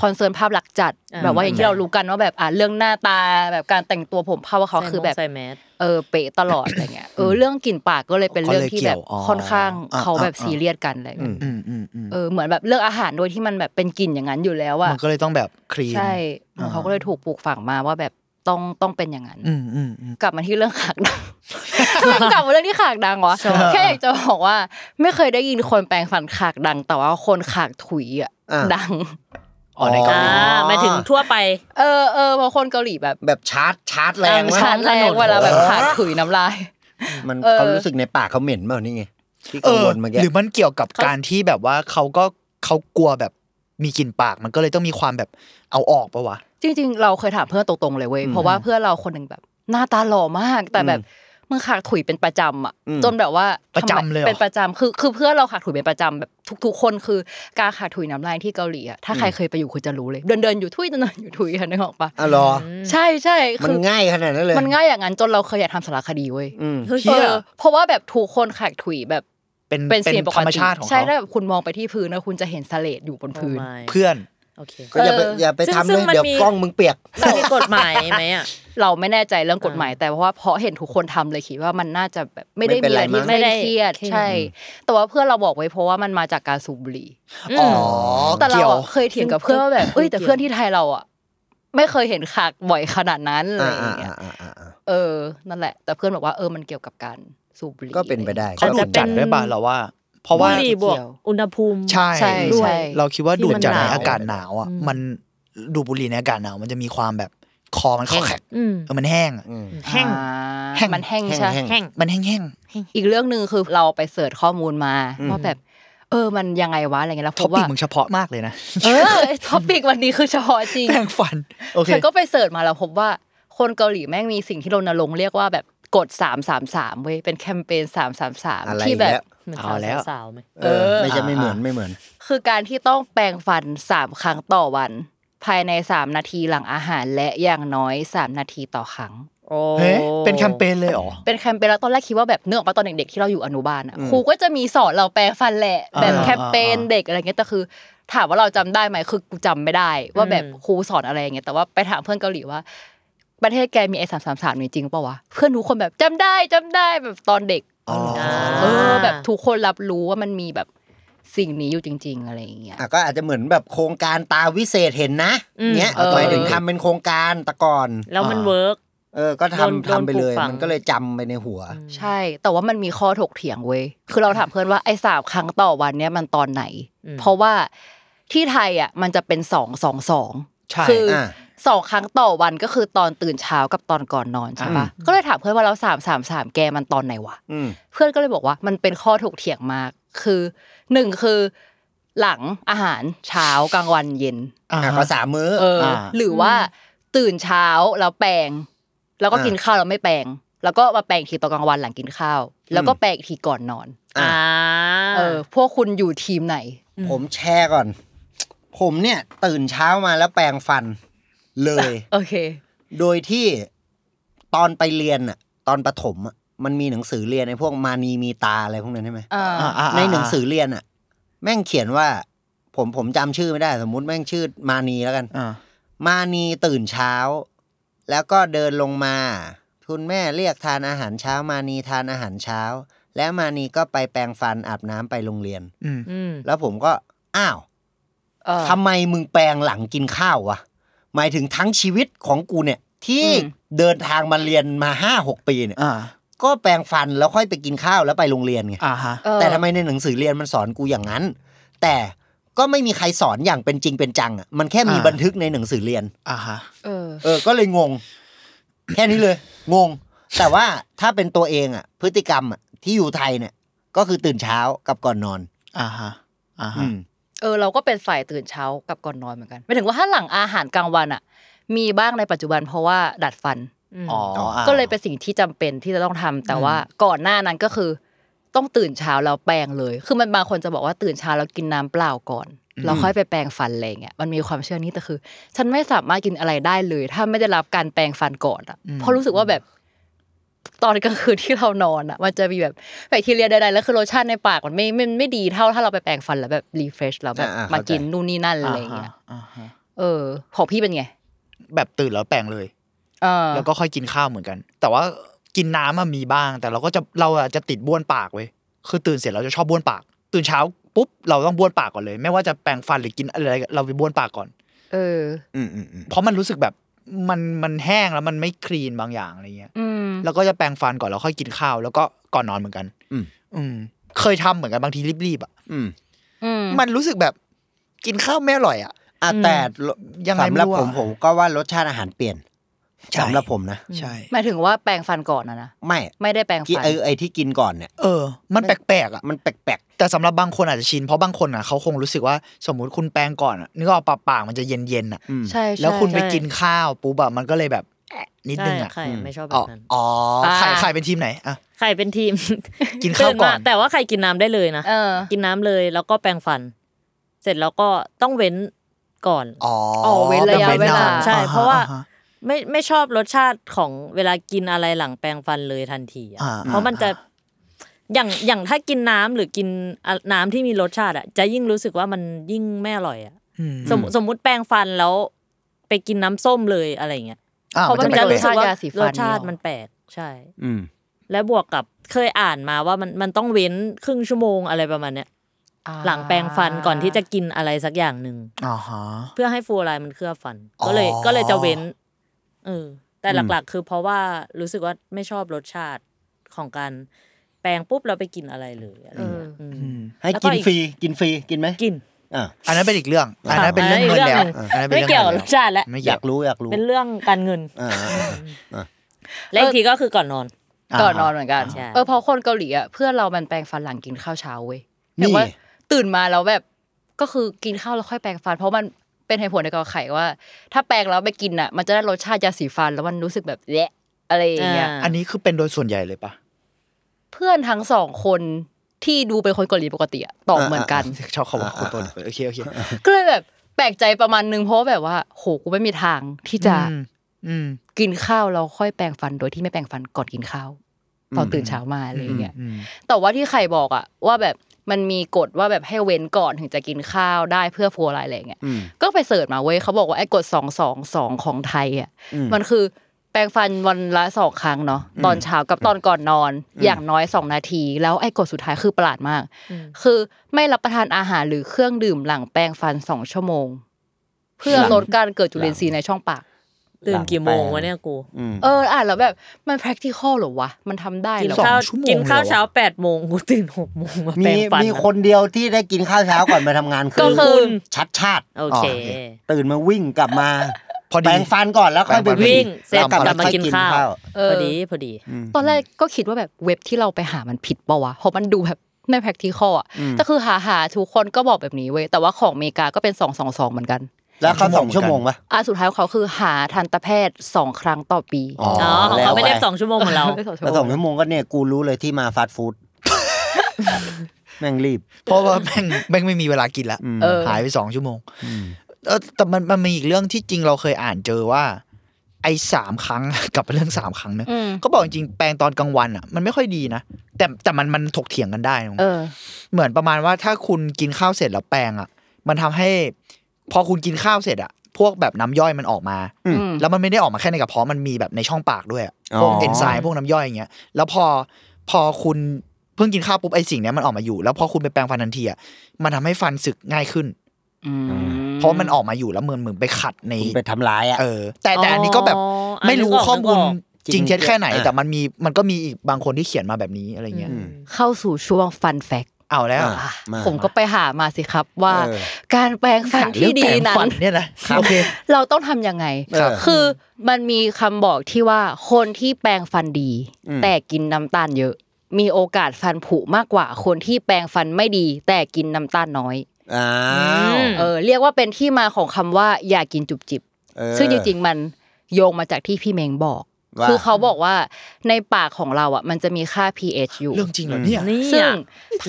Speaker 2: คอนเซิร์นภาพลักษณ์จัด
Speaker 4: อ่า
Speaker 2: แบบว่าอย่างที่เรารู้กันว่าแบบอ่ะเรื่องหน้าตาแบบการแต่งตัวผมเผ้าว่าเขาคือแบบ
Speaker 4: ใส่แมส
Speaker 2: เออเป๊ะตลอดอะไรเงี้ย เออเรื่องกลิ่นปากก็เลยเป็นเรื่องที่แบบค่อนข้างเขาแบบซีเรียสกันอะไร
Speaker 3: อื
Speaker 2: เงี้ย
Speaker 3: ม
Speaker 5: อืมอืมอืม
Speaker 2: เออเหมือนแบบเลือกอาหารโดยที่มันแบบเป็นกลิ่นอย่างนั้นอยู่แล้วอะ
Speaker 5: มันก็เลยต้องแบบคลีน
Speaker 2: ใช่เหมือน
Speaker 5: อ่า
Speaker 2: เขาก็เลยถูกปลูกฝังมาว่าแบบต้องต้องเป็นอย่างนั้น
Speaker 5: อืมอืมอืม
Speaker 2: กลับมาที่เรื่องขากดัง กลับมาเรื่องที่ขากดังวะแค่อยากจะบอกว่า ไม่เคยได้ยินคนแปลงฟันขากดัง แต่ว่าคนขากถุยอ่ะ
Speaker 3: อ่า
Speaker 2: ดัง
Speaker 5: อ๋อในเกา
Speaker 4: อ่า
Speaker 5: หลี
Speaker 4: หมายถึงทั่วไป
Speaker 2: เออเออเพราะคนเกาหลีแบบ
Speaker 3: แบบชาร์จชาร์จแรง
Speaker 2: ดั
Speaker 3: มาก
Speaker 2: ชาติแร
Speaker 4: ถน
Speaker 2: ง
Speaker 4: น
Speaker 2: เวลาแบบขากถุยน้ำลาย
Speaker 3: มัน
Speaker 2: เออ
Speaker 3: เขารู้สึกในปากเขาเหม็นเปล่านี่ไงที่
Speaker 5: เอ
Speaker 3: กัง
Speaker 5: อ
Speaker 3: วลเมื่อกี้
Speaker 5: หรือมันเกี่ยวกับการที่แบบว่าเขาก็เขากลัวแบบมีกลิ่นปากมันก็เลยต้องมีความแบบเอาออกปะวะ
Speaker 2: จริง ๆ เราเคยถามเพื่อนตรงๆเลยเว้ยเพราะว่าเพื่อนเราคนหนึ่งแบบ หน้าตาหล่อมาก แต่แบบมึงขากถุยเป็นประจำอ่ะจนแบบว่า
Speaker 5: ประจำเลยเหรอ
Speaker 2: เป็นประจำคือคือเพื่อนเราขากถุยเป็นประจำแบบทุก ๆ คนคือการขากถุยน้ำลายที่เกาหลีอ่ะถ้าใครเคยไปอยู่คุณจะรู้เลยเดินเดินๆอยู่ถุยเดินๆอยู่ถุยอะนึกออกปะ
Speaker 3: อ่ะเหรอ
Speaker 2: ใช่ใช่
Speaker 3: มั
Speaker 2: คื
Speaker 3: น
Speaker 2: อ
Speaker 3: ง่ายขนาดนั้นเลย
Speaker 2: มันง่ายอย่างนั้นจนเราเคยอยากทำสารคดีเว้ย
Speaker 3: อืม
Speaker 4: เฮ้ย
Speaker 5: เหี้ย
Speaker 2: เออเพราะว่าแบบทุกคนขากถุยแบบ
Speaker 5: เป็น
Speaker 2: เป็นเสียงปก
Speaker 5: ธรรม
Speaker 2: ติ
Speaker 5: ชาติของ
Speaker 2: ใช่
Speaker 5: เขา
Speaker 2: ถ้าแบบคุณมองไปที่พื้นนะคุณจะเห็นสเลดอยู่บน
Speaker 4: โอ้
Speaker 2: พื้น
Speaker 4: my
Speaker 5: เพื่อน
Speaker 4: โอเค
Speaker 3: ก็อย่า
Speaker 2: เอ
Speaker 3: ไป
Speaker 2: ออ
Speaker 3: อย่าไป
Speaker 4: ซึ่ง
Speaker 3: ทำ
Speaker 4: ซึ่
Speaker 3: เล
Speaker 4: ง
Speaker 3: ย
Speaker 4: มัน
Speaker 3: เดี๋ยว
Speaker 4: มี
Speaker 3: กล้องมึงเปียก
Speaker 4: มันมีกฎหมายไหมอ่ะ
Speaker 2: เราไม่แน่ใจเรื่องกฎหมาย แต่เพราะว่าเพราะเห็นทุกคนทำเลยคิดว่ามันน่าจะแบบไม่ได้
Speaker 3: ไม่เป็น
Speaker 2: มีอะไรที่
Speaker 3: ไรมั้ง
Speaker 2: ไม่ได้เครียด
Speaker 4: ไม่ได้
Speaker 2: ใช่ แต่ว่าเพื่อนเราบอกไว้เพราะว่ามันมาจากการสูบบุหรี่
Speaker 4: อื
Speaker 5: อ๋อ
Speaker 4: ม
Speaker 2: แต่เรา
Speaker 5: เกี่ยว
Speaker 2: อะเคยเถียงกับเพื่อนว่าแบบเอ้ยแต่เพื่อนที่ไทยเราอ่ะไม่เคยเห็นขากบ่อยขนาดนั้นอะไรอ
Speaker 3: อ่าอ่า
Speaker 2: ย่างเงี้ย
Speaker 3: อ่าอ่าอ่า
Speaker 2: เออนั่นแหละ แต่เพื่อนบอกว่าเออมันเกี่ยวกับการสูบบุหรี่
Speaker 3: ก็เป็นไปได้
Speaker 5: เขาดูดจัดด้วยป่ะเราว่า เพราะว่า
Speaker 4: บุหรี่บวกอุณหภูมิ
Speaker 5: ใช่
Speaker 2: ใช่
Speaker 4: ด้วย
Speaker 2: ใช่
Speaker 5: เราคิดว่าดูดจัด
Speaker 4: ที่มันหนา
Speaker 5: ใน
Speaker 4: ว
Speaker 5: อากาศหนาวอ่ะ
Speaker 4: อืม
Speaker 5: มันดูดบุหรี่ในอากาศหนาว มันจะมีความแบบคอมันแข็ง
Speaker 4: อืม
Speaker 5: เออมันแห้งอะ
Speaker 3: อืม
Speaker 5: แห้ง
Speaker 2: อ่า
Speaker 5: แห้ง
Speaker 2: มันแห้ง
Speaker 3: แห้ง
Speaker 2: ใช่
Speaker 3: แห้ง
Speaker 4: แห้ง
Speaker 5: มันแห้ง
Speaker 2: อีกเรื่องหนึ่งคือเราไปเสิร์ชข้อมูลมา
Speaker 3: อืม
Speaker 2: ว่าแบบ เออมันยังไงวะอะไรเงี้ยแล้ว
Speaker 5: ๆ
Speaker 2: พ
Speaker 5: ท็อป
Speaker 2: บ
Speaker 5: ปิ้
Speaker 2: ว่า
Speaker 5: มึงเฉพาะมากเลยนะ
Speaker 2: เออท็อปิกวันนี้คือเฉพาะจริง
Speaker 5: แป้งฟันโอเค
Speaker 2: ฉันก็ไปเสิร์ชมาแล้วพบว่าคนเกาหลีแม่งมีสิ่งที่รณรงค์เรียกว่าแบบกด 333 เว้ย เป็นแคมเปญ
Speaker 3: อะไร
Speaker 2: 333 ที่แบบ
Speaker 3: แล้ว
Speaker 4: เหมือนสาวสาวๆไหม
Speaker 3: เออ ไม่ใช่ไม่เหมือนไม่เหมือน
Speaker 2: คือการที่ต้องแปรงฟัน 3 ครั้งต่อวัน ภายใน 3 นาทีหลังอาหารและอย่างน้อย 3 นาทีต่อครั้ง
Speaker 4: โอ้
Speaker 5: เฮ้ยเป็นแคมเปญเลยเหรอ
Speaker 2: เป็นแคมเปญแล้วตอนแรกคิดว่าแบบเนื่องมาตอนเด็กๆที่เราอยู่อนุบาลอ่ะครูก็จะมีสอนเราแปรงฟันแหละ แบบ
Speaker 5: อ่า
Speaker 2: แคมเปญ
Speaker 5: อ่า
Speaker 2: เด็กอะไรเงี้ยแต่คือ ถามว่าเราจำได้ไหมคือกูจำไม่ได้ ว่าแบบครูสอนอะไรอย่างเงี้ยแต่ว่าไปถามเพื่อนเกาหลีว่า ประเทศแกมีไอ้สามสามสามนี่จริงเปล่าวะเพื่อนทุกคนแบบจำได้จำได้แบบตอนเด็ก
Speaker 5: อ๋อเหรอ
Speaker 2: เออแบบทุกคนรับรู้ว่ามันมีแบบสิ่งนี้อยู่จริง ๆ อะไรอย่างเงี้ย
Speaker 3: อ่ะก็อาจจะเหมือนแบบโครงการตาวิเศษเห็นนะเนี้ย
Speaker 2: เออ
Speaker 3: หมายถึงทำเป็นโครงการแตะก่อน
Speaker 4: แล้วมันเวิร์ก
Speaker 3: เออ ก็ทำ
Speaker 4: โดนโดน
Speaker 3: ทำไปเลย
Speaker 4: ปลูกฝัง
Speaker 3: มันก็เลยจำไปในหัว
Speaker 2: ใช่ แต่ว่ามันมีข้อถกเถียงเว้ย คือเราถามเพื่อนว่าไอ้สามครั้งต่อวันเนี่ยมันตอนไหน เพราะว่าที่ไทยอ่ะมันจะเป็นสองสองสอง
Speaker 5: ใช่
Speaker 2: คืออา สองครั้งต่อวันก็คือตอนตื่นเช้ากับตอนก่อนนอนใช่ปะก็เลยถามเพื่อนว่าแล้วสามสามสามแกมันตอนไหนวะ
Speaker 3: อืม
Speaker 2: เพื่อนก็เลยบอกว่ามันเป็นข้อถกเถียงมาก คือหนึ่งคือหลังอาหารเช้ากลางวันเย็น
Speaker 5: อ่า
Speaker 3: อ่ะ
Speaker 5: ฮะ
Speaker 3: ก็สามมื้อ
Speaker 2: เออ
Speaker 5: อ่า
Speaker 2: หรือว่าตื่นเช้าแล้วแปรงแล้วก็
Speaker 3: อ่ากิ
Speaker 2: กินข้าวแล้วไม่แปรงแล้วก็มาแปรงอีกทีตอนกลางวันหลังกินข้าว แล้วก็แปลอีกทีก่อนนอน
Speaker 3: อ่ะ
Speaker 4: อ่า
Speaker 2: เออ พวกคุณอยู่ทีมไหน
Speaker 4: อืม
Speaker 3: ผมแชร์ก่อน ผมเนี่ยตื่นเช้ามาแล้วแปรงฟันเลย
Speaker 2: โอเค
Speaker 3: โดยที่ตอนไปเรียนอะตอนประถมอะมันมีหนังสือเรียนในพวกมานีมีตาอะไรพวกนั้นใช่ไหม
Speaker 2: อ่า
Speaker 5: อ่าอ่าอ่า
Speaker 3: ในหนังสือเรียนอะแม่งเขียนว่า ผมผมจำชื่อไม่ได้ สมมุติแม่งชื่อมานีแล้วกัน
Speaker 5: อ่า
Speaker 3: มานีตื่นเช้า แล้วก็เดินลงมาคุณแม่เรียกทานอาหารเช้า มานีทานอาหารเช้า และมานีก็ไปแปรงฟันอาบน้ำไปโรงเรียน
Speaker 5: อืม
Speaker 4: อืม
Speaker 3: แล้วผมก็อ้าว
Speaker 2: เออ
Speaker 3: ทำไมมึงแปลงหลังกินข้าววะ หมายถึงทั้งชีวิตของกูเนี่ย ที่
Speaker 2: อืม
Speaker 3: เดินทางมาเรียนมาห้าหกปีเนี่ย
Speaker 5: อ่า
Speaker 3: ก็แปลงฟันแล้วค่อยไปกินข้าวแล้วไปโรงเรียนไง
Speaker 5: อ่าฮะ
Speaker 2: เออ
Speaker 3: แต่ทำไมในหนังสือเรียนมันสอนกูอย่างนั้น แต่ก็ไม่มีใครสอนอย่างเป็นจริงเป็นจังอ่ะมันแค่มี
Speaker 5: อ่า
Speaker 3: บันทึกในหนังสือเรียน
Speaker 5: อ่าฮะ
Speaker 2: เออ
Speaker 3: เออ ก็เลยงง แค่นี้เลย งง แต่ว่าถ้าเป็นตัวเองอ่ะ พฤติกรรมอ่ะที่อยู่ไทยเนี่ย ก็คือตื่นเช้ากับก่อนนอน
Speaker 5: อ่าฮะ อ่า
Speaker 3: อื
Speaker 5: ฮะ
Speaker 3: ม
Speaker 2: เออ เราก็เป็นฝ่ายตื่นเช้ากับก่อนนอนเหมือนกันหมายถึงว่าถ้าหลังอาหารกลางวันอะมีบ้างในปัจจุบันเพราะว่าดัดฟัน
Speaker 5: อ๋ออ่า
Speaker 2: ก็เลยเป็นสิ่งที่จำเป็นที่จะต้องทำแต่ว่าก่อนหน้านั้นก็คือ ต้องตื่นเช้าแล้วแปรงเลย คือมันบางคนจะบอกว่าตื่นเช้าแล้วกินน้ำเปล่าก่อนแล้วค่อยไปแปรงฟันอะไรเงี้ยมันมีความเชื่อนี้แต่คือ ฉันไม่สามารถกินอะไรได้เลย ถ้าไม่ได้รับการแปรงฟันก่อนอะเพราะรู้สึกว่าแบบ ตอนกลางคืนที่เรานอนอะมันจะมีแบบแบคทีเรียใดๆแล้วคือโลชั่นในปากมันไม่ไม่ไม่ดีเท่าถ้าเราไปแปรงฟันแล้วแบบรีเฟรชแล้วแบบ
Speaker 3: อ่าอ่า
Speaker 2: มา
Speaker 3: เข้าใจ
Speaker 2: กินนู่นนี่นั่นอะไร
Speaker 5: าฮะ
Speaker 2: เงี้ย
Speaker 5: อ่าฮะ
Speaker 2: เออของพี่เป็นไง
Speaker 5: แบบตื่นแล้วแปรงเลย
Speaker 2: เออ
Speaker 5: แล้วก็ค่อยกินข้าวเหมือนกัน แต่ว่ากินน้ำมันมีบ้าง แต่เราก็จะเราอะจะติดบ้วนปากเว้ย คือตื่นเสร็จเราจะชอบบ้วนปาก ตื่นเช้าปุ๊บเราต้องบ้วนปากก่อนเลย ไม่ว่าจะแปรงฟันหรือกินอะไรเราไปบ้วนปากก่อน
Speaker 2: เออ
Speaker 3: อืมอืมอืม
Speaker 5: เพราะมันรู้สึกแบบมันมันแห้งแล้วมันไม่คลีนบางอย่างอะไรเงี้ย
Speaker 2: อืม
Speaker 5: แล้วก็จะแปรงฟันก่อนแล้วค่อยกินข้าว แล้วก็ก่อนนอนเหมือนกัน
Speaker 3: อืม
Speaker 5: อืม เคยทำเหมือนกันบางทีรีบๆอ่ะ
Speaker 3: อืม
Speaker 2: อืม
Speaker 5: มันรู้สึกแบบกินข้าวไม่อร่อยอ่ะ
Speaker 3: อ่ะแต่
Speaker 5: ยังไง
Speaker 3: สำหรับ
Speaker 5: ไม่รู้อะ
Speaker 3: ผมผมก็ว่ารสชาติอาหารเปลี่ยน
Speaker 5: ใช่
Speaker 3: สำหรับผมนะ
Speaker 5: ใช่
Speaker 2: หมายถึงว่าแปรงฟันก่อนนะนะ
Speaker 3: ไม่
Speaker 2: ไม่ได้แปรง
Speaker 3: กิน
Speaker 2: ฟัน
Speaker 3: ไอ้ไอ้ที่กินก่อนเนี่ย
Speaker 5: เออ มันแปลกๆอ่ะ
Speaker 3: มันแปลก
Speaker 5: แต่สำหรับบางคนอาจจะชิน เพราะบางคนอ่ะเขาคงรู้สึกว่าสมมุติคุณแปรงก่อนอะนึกออกปะปากมันจะเย็นๆอ่ะ
Speaker 3: ๆอืม
Speaker 2: ใช่ใช่
Speaker 5: แล้วคุณไป
Speaker 4: ใช่
Speaker 5: กินข้าวปุ๊บอะมันก็เลยแบบแอะนิดนึงอ่ะ
Speaker 4: ใช่ไข่
Speaker 3: อืม
Speaker 4: ไม่ชอบแบ
Speaker 5: อ๋อบ
Speaker 4: นั้น
Speaker 5: อ๋ออา ไข่ไข่เป็นทีมไหนอ่ะ
Speaker 4: ไข่เป็นทีม
Speaker 5: กินข้าวก่อน
Speaker 4: ตื่มแต่ว่าไข่กินน้ำได้เลยนะ
Speaker 2: เออ
Speaker 4: กินน้ำเลยแล้วก็แปรงฟัน เสร็จแล้วก็ต้องเว้นก่อน
Speaker 5: อ๋อ
Speaker 2: อ๋อเว้นระยะ
Speaker 5: ป็นนอน
Speaker 2: เวลา
Speaker 4: ใช่
Speaker 5: อ่ฮ
Speaker 4: เพราะว่า
Speaker 5: อ่ฮ
Speaker 4: ไม่ไม่ชอบรสชาติของเวลากินอะไรหลังแปรงฟันเลยทันทีอะ
Speaker 5: อ่า
Speaker 4: เพราะมันจะอย่างอย่างถ้ากินน้ำหรือกินอะน้ำที่มีรสชาติอะจะยิ่งรู้สึกว่ามันยิ่งไม่อร่อยอะ
Speaker 5: อืม
Speaker 4: สมมุสมมุติแปรงฟันแล้วไปกินน้ำส้มเลยอะไรอย่างเงี้ย
Speaker 5: อ่
Speaker 2: เพราะ มั
Speaker 5: มัน น
Speaker 2: จ
Speaker 5: จะ
Speaker 2: เป็
Speaker 5: รู้
Speaker 2: น
Speaker 5: สึก
Speaker 4: ว่าร
Speaker 2: สชาติยาสีฟัน
Speaker 4: รสชาติ
Speaker 2: เนี่ยหรอ
Speaker 4: มันแปลกใช่
Speaker 3: อืม
Speaker 4: และบวกกับเคยอ่านมาว่ามันมันต้องเว้นครึ่งชั่วโมงอะไรประมาณเนี้ย
Speaker 2: อ่า
Speaker 4: หลังแปรงฟันก่อนที่จะกินอะไรสักอย่างหนึ่ง
Speaker 5: อ่าฮะ
Speaker 4: เพื่อให้ฟลูออไรด์มันเคลือบฟัน
Speaker 5: อ๋อ
Speaker 4: ก็เลยก็เลยจะเว้นเออแต่
Speaker 3: อืม
Speaker 4: หลักๆ คือเพราะว่ารู้สึกว่าไม่ชอบรสชาติของการแปรงปุ๊บเราไปกินอะไรเลยอะไร
Speaker 2: เอ
Speaker 4: เงี้
Speaker 2: อย อ
Speaker 4: ม
Speaker 5: อืม
Speaker 3: ให้
Speaker 4: แล้วก็
Speaker 3: กิน
Speaker 4: อีก
Speaker 3: ฟรีกินฟรีกินไหม
Speaker 4: กิน
Speaker 3: อ่ะ
Speaker 5: อันนั้นเป็นอีกเรื่อง อันนั้นเป็นเรื่อง
Speaker 4: ะ
Speaker 5: เงิน
Speaker 4: ก
Speaker 5: แล้ว
Speaker 4: หนึ่ง
Speaker 5: อันนั้นป็น
Speaker 4: ไม่
Speaker 5: รื่อง
Speaker 4: เกี่ยว
Speaker 5: งิน
Speaker 4: ร
Speaker 5: แล้ว
Speaker 4: สชาติแล้ว
Speaker 5: ไม่
Speaker 3: อ
Speaker 5: เกี่ย
Speaker 3: ยาว กรู้อยากรู้
Speaker 4: เป็นเรื่องการเงิน
Speaker 3: อ่า
Speaker 4: และอีกทีก็คือก่อนนอน
Speaker 2: ก่อนนอนเหมือนกัน
Speaker 4: ใช่
Speaker 2: เออเพราะคนเกาหลีอ่ะเพื่อนเรามันแปรงฟันหลังกินข้าวเช้าเว้ย
Speaker 3: นี่
Speaker 2: แต่ว่าตื่นมาแล้วแบบก็คือกินข้าวแล้วค่อยแปรงฟัน เพราะมันเป็นเหตุผลในกอไข่ว่า ถ้าแปรงแล้วไปกินอ่ะ มันจะได้รสชาติยาสีฟันแล้วมันรู้สึกแบบแยะอะไรอย่างเงี้ย
Speaker 5: อันนี้คือเป็นโดยส่วนใหญ่เลยปะ
Speaker 2: เพื่อนทั้งสองคนที่ดูเป็นคนเกาหลีปกติอะตอบเหมือนกัน
Speaker 5: ชอบเขาว่าคนตัวโอเคโอเค
Speaker 2: ก็เลยแบบแปลกใจประมาณนึงเพราะว่าแบบว่าโหกูไม่มีทางที่จะ
Speaker 5: อืมอืม
Speaker 2: กินข้าวเราค่อยแปรงฟันโดยที่ไม่แปรงฟันก่อนกินข้าว ตอนตื่นเช้ามาอะไรอย่างเงี้ย
Speaker 5: อืม
Speaker 2: แต่ว่าที่ใครบอกอะว่าแบบมันมีกฎว่าแบบให้เว้นก่อนถึงจะกินข้าวได้เพื่อฟลูออะไรด์อะไรอย่างเงี้ย
Speaker 3: อืม
Speaker 2: ก็ไปเสิร์ชมาเว้ยเขาบอกว่าไอ้กฎสองสองสองของไทยอะ
Speaker 3: อืม
Speaker 2: มันคือแปรงฟันวันละสองครั้งเนาะตอนเช้ากับตอนก่อนนอน อย่างน้อยสองนาที แล้วไอ้กฎสุดท้ายคือประหลาดมาก คือไม่รับประทานอาหารหรือเครื่องดื่มหลังแปรงฟันสองชั่วโมง เพื่อลดการเกิดจุลินทรีย์ในช่องปาก
Speaker 4: ตื่
Speaker 3: ห
Speaker 4: น
Speaker 3: ลัง
Speaker 4: กี่โม
Speaker 3: แป
Speaker 4: ง
Speaker 3: รง
Speaker 4: วะเนี่ยกู
Speaker 3: อืม
Speaker 2: เอออ่านแล้วแบบมัน practical เหรอวะ มันทำได้
Speaker 4: กิ
Speaker 2: เหรอ
Speaker 5: ส
Speaker 4: ข้าว
Speaker 5: งชั่วโมง
Speaker 4: กินข้าว
Speaker 5: เลยเหรอ
Speaker 4: เช้าแปดโมงกูตื่น หกโมงมาแปร
Speaker 3: มี
Speaker 4: งฟัน
Speaker 3: มีคนเดียวที่ได้กินข้าวเช้าก่อนไปทำงาน
Speaker 2: ก็คือ
Speaker 3: ชัดชาติ
Speaker 4: โอเค
Speaker 3: อ๋อตื่นมาวิ่งกลับมา
Speaker 5: พอดี
Speaker 3: แปรงฟันก่อนแล้วค่อยไป
Speaker 5: วิ่
Speaker 3: วิ่
Speaker 5: ง
Speaker 3: ง
Speaker 4: เสร็จ
Speaker 3: แล้ว
Speaker 4: กลับมา
Speaker 3: ค่อย
Speaker 4: กินข้าว
Speaker 2: เออ
Speaker 4: พอดีพอดี
Speaker 2: ตอนแรกก็คิดว่าแบบเว็บที่เราไปหามันผิดเปล่าวะ เพราะมันดูแบบไม่ practical อ่ะแต่คือหาหาทุกคนก็บอกแบบนี้เว้ย แต่ว่าของอเมริกาก็เป็นสองสองสองเหมือนกัน
Speaker 3: แล้วเขาสองชั่วโมงปะ
Speaker 2: อ่ะสุดท้ายของเขาคือหาทันตแพทย์สองครั้งต่อปี
Speaker 3: อ๋อ
Speaker 4: อ๋อของเขาไม่ได้สองชั่วโมงเหมือนเรา
Speaker 2: ไม่สองชั่ว
Speaker 3: แล้ว
Speaker 2: โม
Speaker 3: สอง งชั่วโมงก็เนี่ยกูรู้เลยที่มาฟาสต์ฟู้ด แม่งรีบ
Speaker 5: เพราะว่าแม่ง แม่งไม่มีเวลากินละ
Speaker 2: เออ
Speaker 5: หายไปสองชั่วโมงเออแต่มันมันมีอีกเรื่องที่จริงเราเคยอ่านเจอว่า ไอ้สามครั้ง กลับไปเรื่องสามครั้งนะ
Speaker 2: อืม
Speaker 5: เขาบอกจริงๆแปลงตอนกลางวันอ่ะ มันไม่ค่อยดีนะแต่แต่มันมันถกเถียงกันได้นะ
Speaker 2: เออ
Speaker 5: เหมือนประมาณว่าถ้าคุณกินข้าวเสร็จแล้วแปรงอ่ะ มันทำให้ พอคุณกินข้าวเสร็จอ่ะ พวกแบบน้ำย่อยมันออกมา
Speaker 2: อืม
Speaker 5: แล้วมันไม่ได้ออกมาแค่ในกระเพาะมันมีแบบในช่องปากด้วยอะ
Speaker 3: อ๋อ
Speaker 5: พวกเอนไซม์พวกน้ำย่อยอย่างเงี้ยแล้วพอพอคุณเพิ่งกินข้าวปุ๊บไอสิ่งเนี้ยมันออกมาอยู่ แล้วพอคุณไปแปรงฟันทันทีอ่ะมันทำให้ฟันสึกง่ายขึ้น
Speaker 2: อืม
Speaker 5: เพราะมันออกมาอยู่แล้วเหมือนเหมือนไปขัดใน
Speaker 3: คุณไปทำร้ายอ่ะ
Speaker 5: เออ แต่แต่อันนี้ก็แบบ
Speaker 4: อ๋อ
Speaker 5: ไม่รู้
Speaker 4: นึกออก
Speaker 5: ข้อมูล
Speaker 4: นึกออก
Speaker 5: จริงเท็จแค่ไหน
Speaker 3: จริง
Speaker 5: แต่มันมีมันก็มีอีกบางคนที่เขียนมาแบบนี้อะไรเงี้ย
Speaker 3: ม
Speaker 2: เข้าสู่ช่วงฟันแฟก
Speaker 5: เอาแล้ว
Speaker 3: อ่ะมา
Speaker 2: ผมก็ไปหามาสิครับว่า
Speaker 3: เออ
Speaker 2: การแปลงฟันที่ดีนั้
Speaker 5: เรื่องแปรงฟั
Speaker 2: น
Speaker 5: เนี่ยนะ
Speaker 3: รับ
Speaker 5: โอเค
Speaker 2: เราต้องทำยังไง
Speaker 3: เออ
Speaker 2: คือมันมีคำบอกที่ว่าคนที่แปลงฟันดี
Speaker 3: อืม
Speaker 2: แต่กินน้ำตาลเยอะ มีโอกาสฟันผุมากกว่าคนที่แปลงฟันไม่ดี แต่กินน้ำตาลน้อย
Speaker 3: อ้าว
Speaker 4: อืม
Speaker 2: เออเรียกว่าเป็นที่มาของคำว่าอย่ากินจุบจิบ
Speaker 3: เออ
Speaker 2: ซึ่งจริงๆมันโยงมาจากที่พี่เมงบอก
Speaker 3: ว่า
Speaker 2: คือเขาบอกว่าในปากของเราอ่ะมันจะมีค่า pH อยู่
Speaker 5: เรื่องจริงเหรอเนี่ย
Speaker 4: นี่
Speaker 2: ซึ่ง
Speaker 4: อ่ะ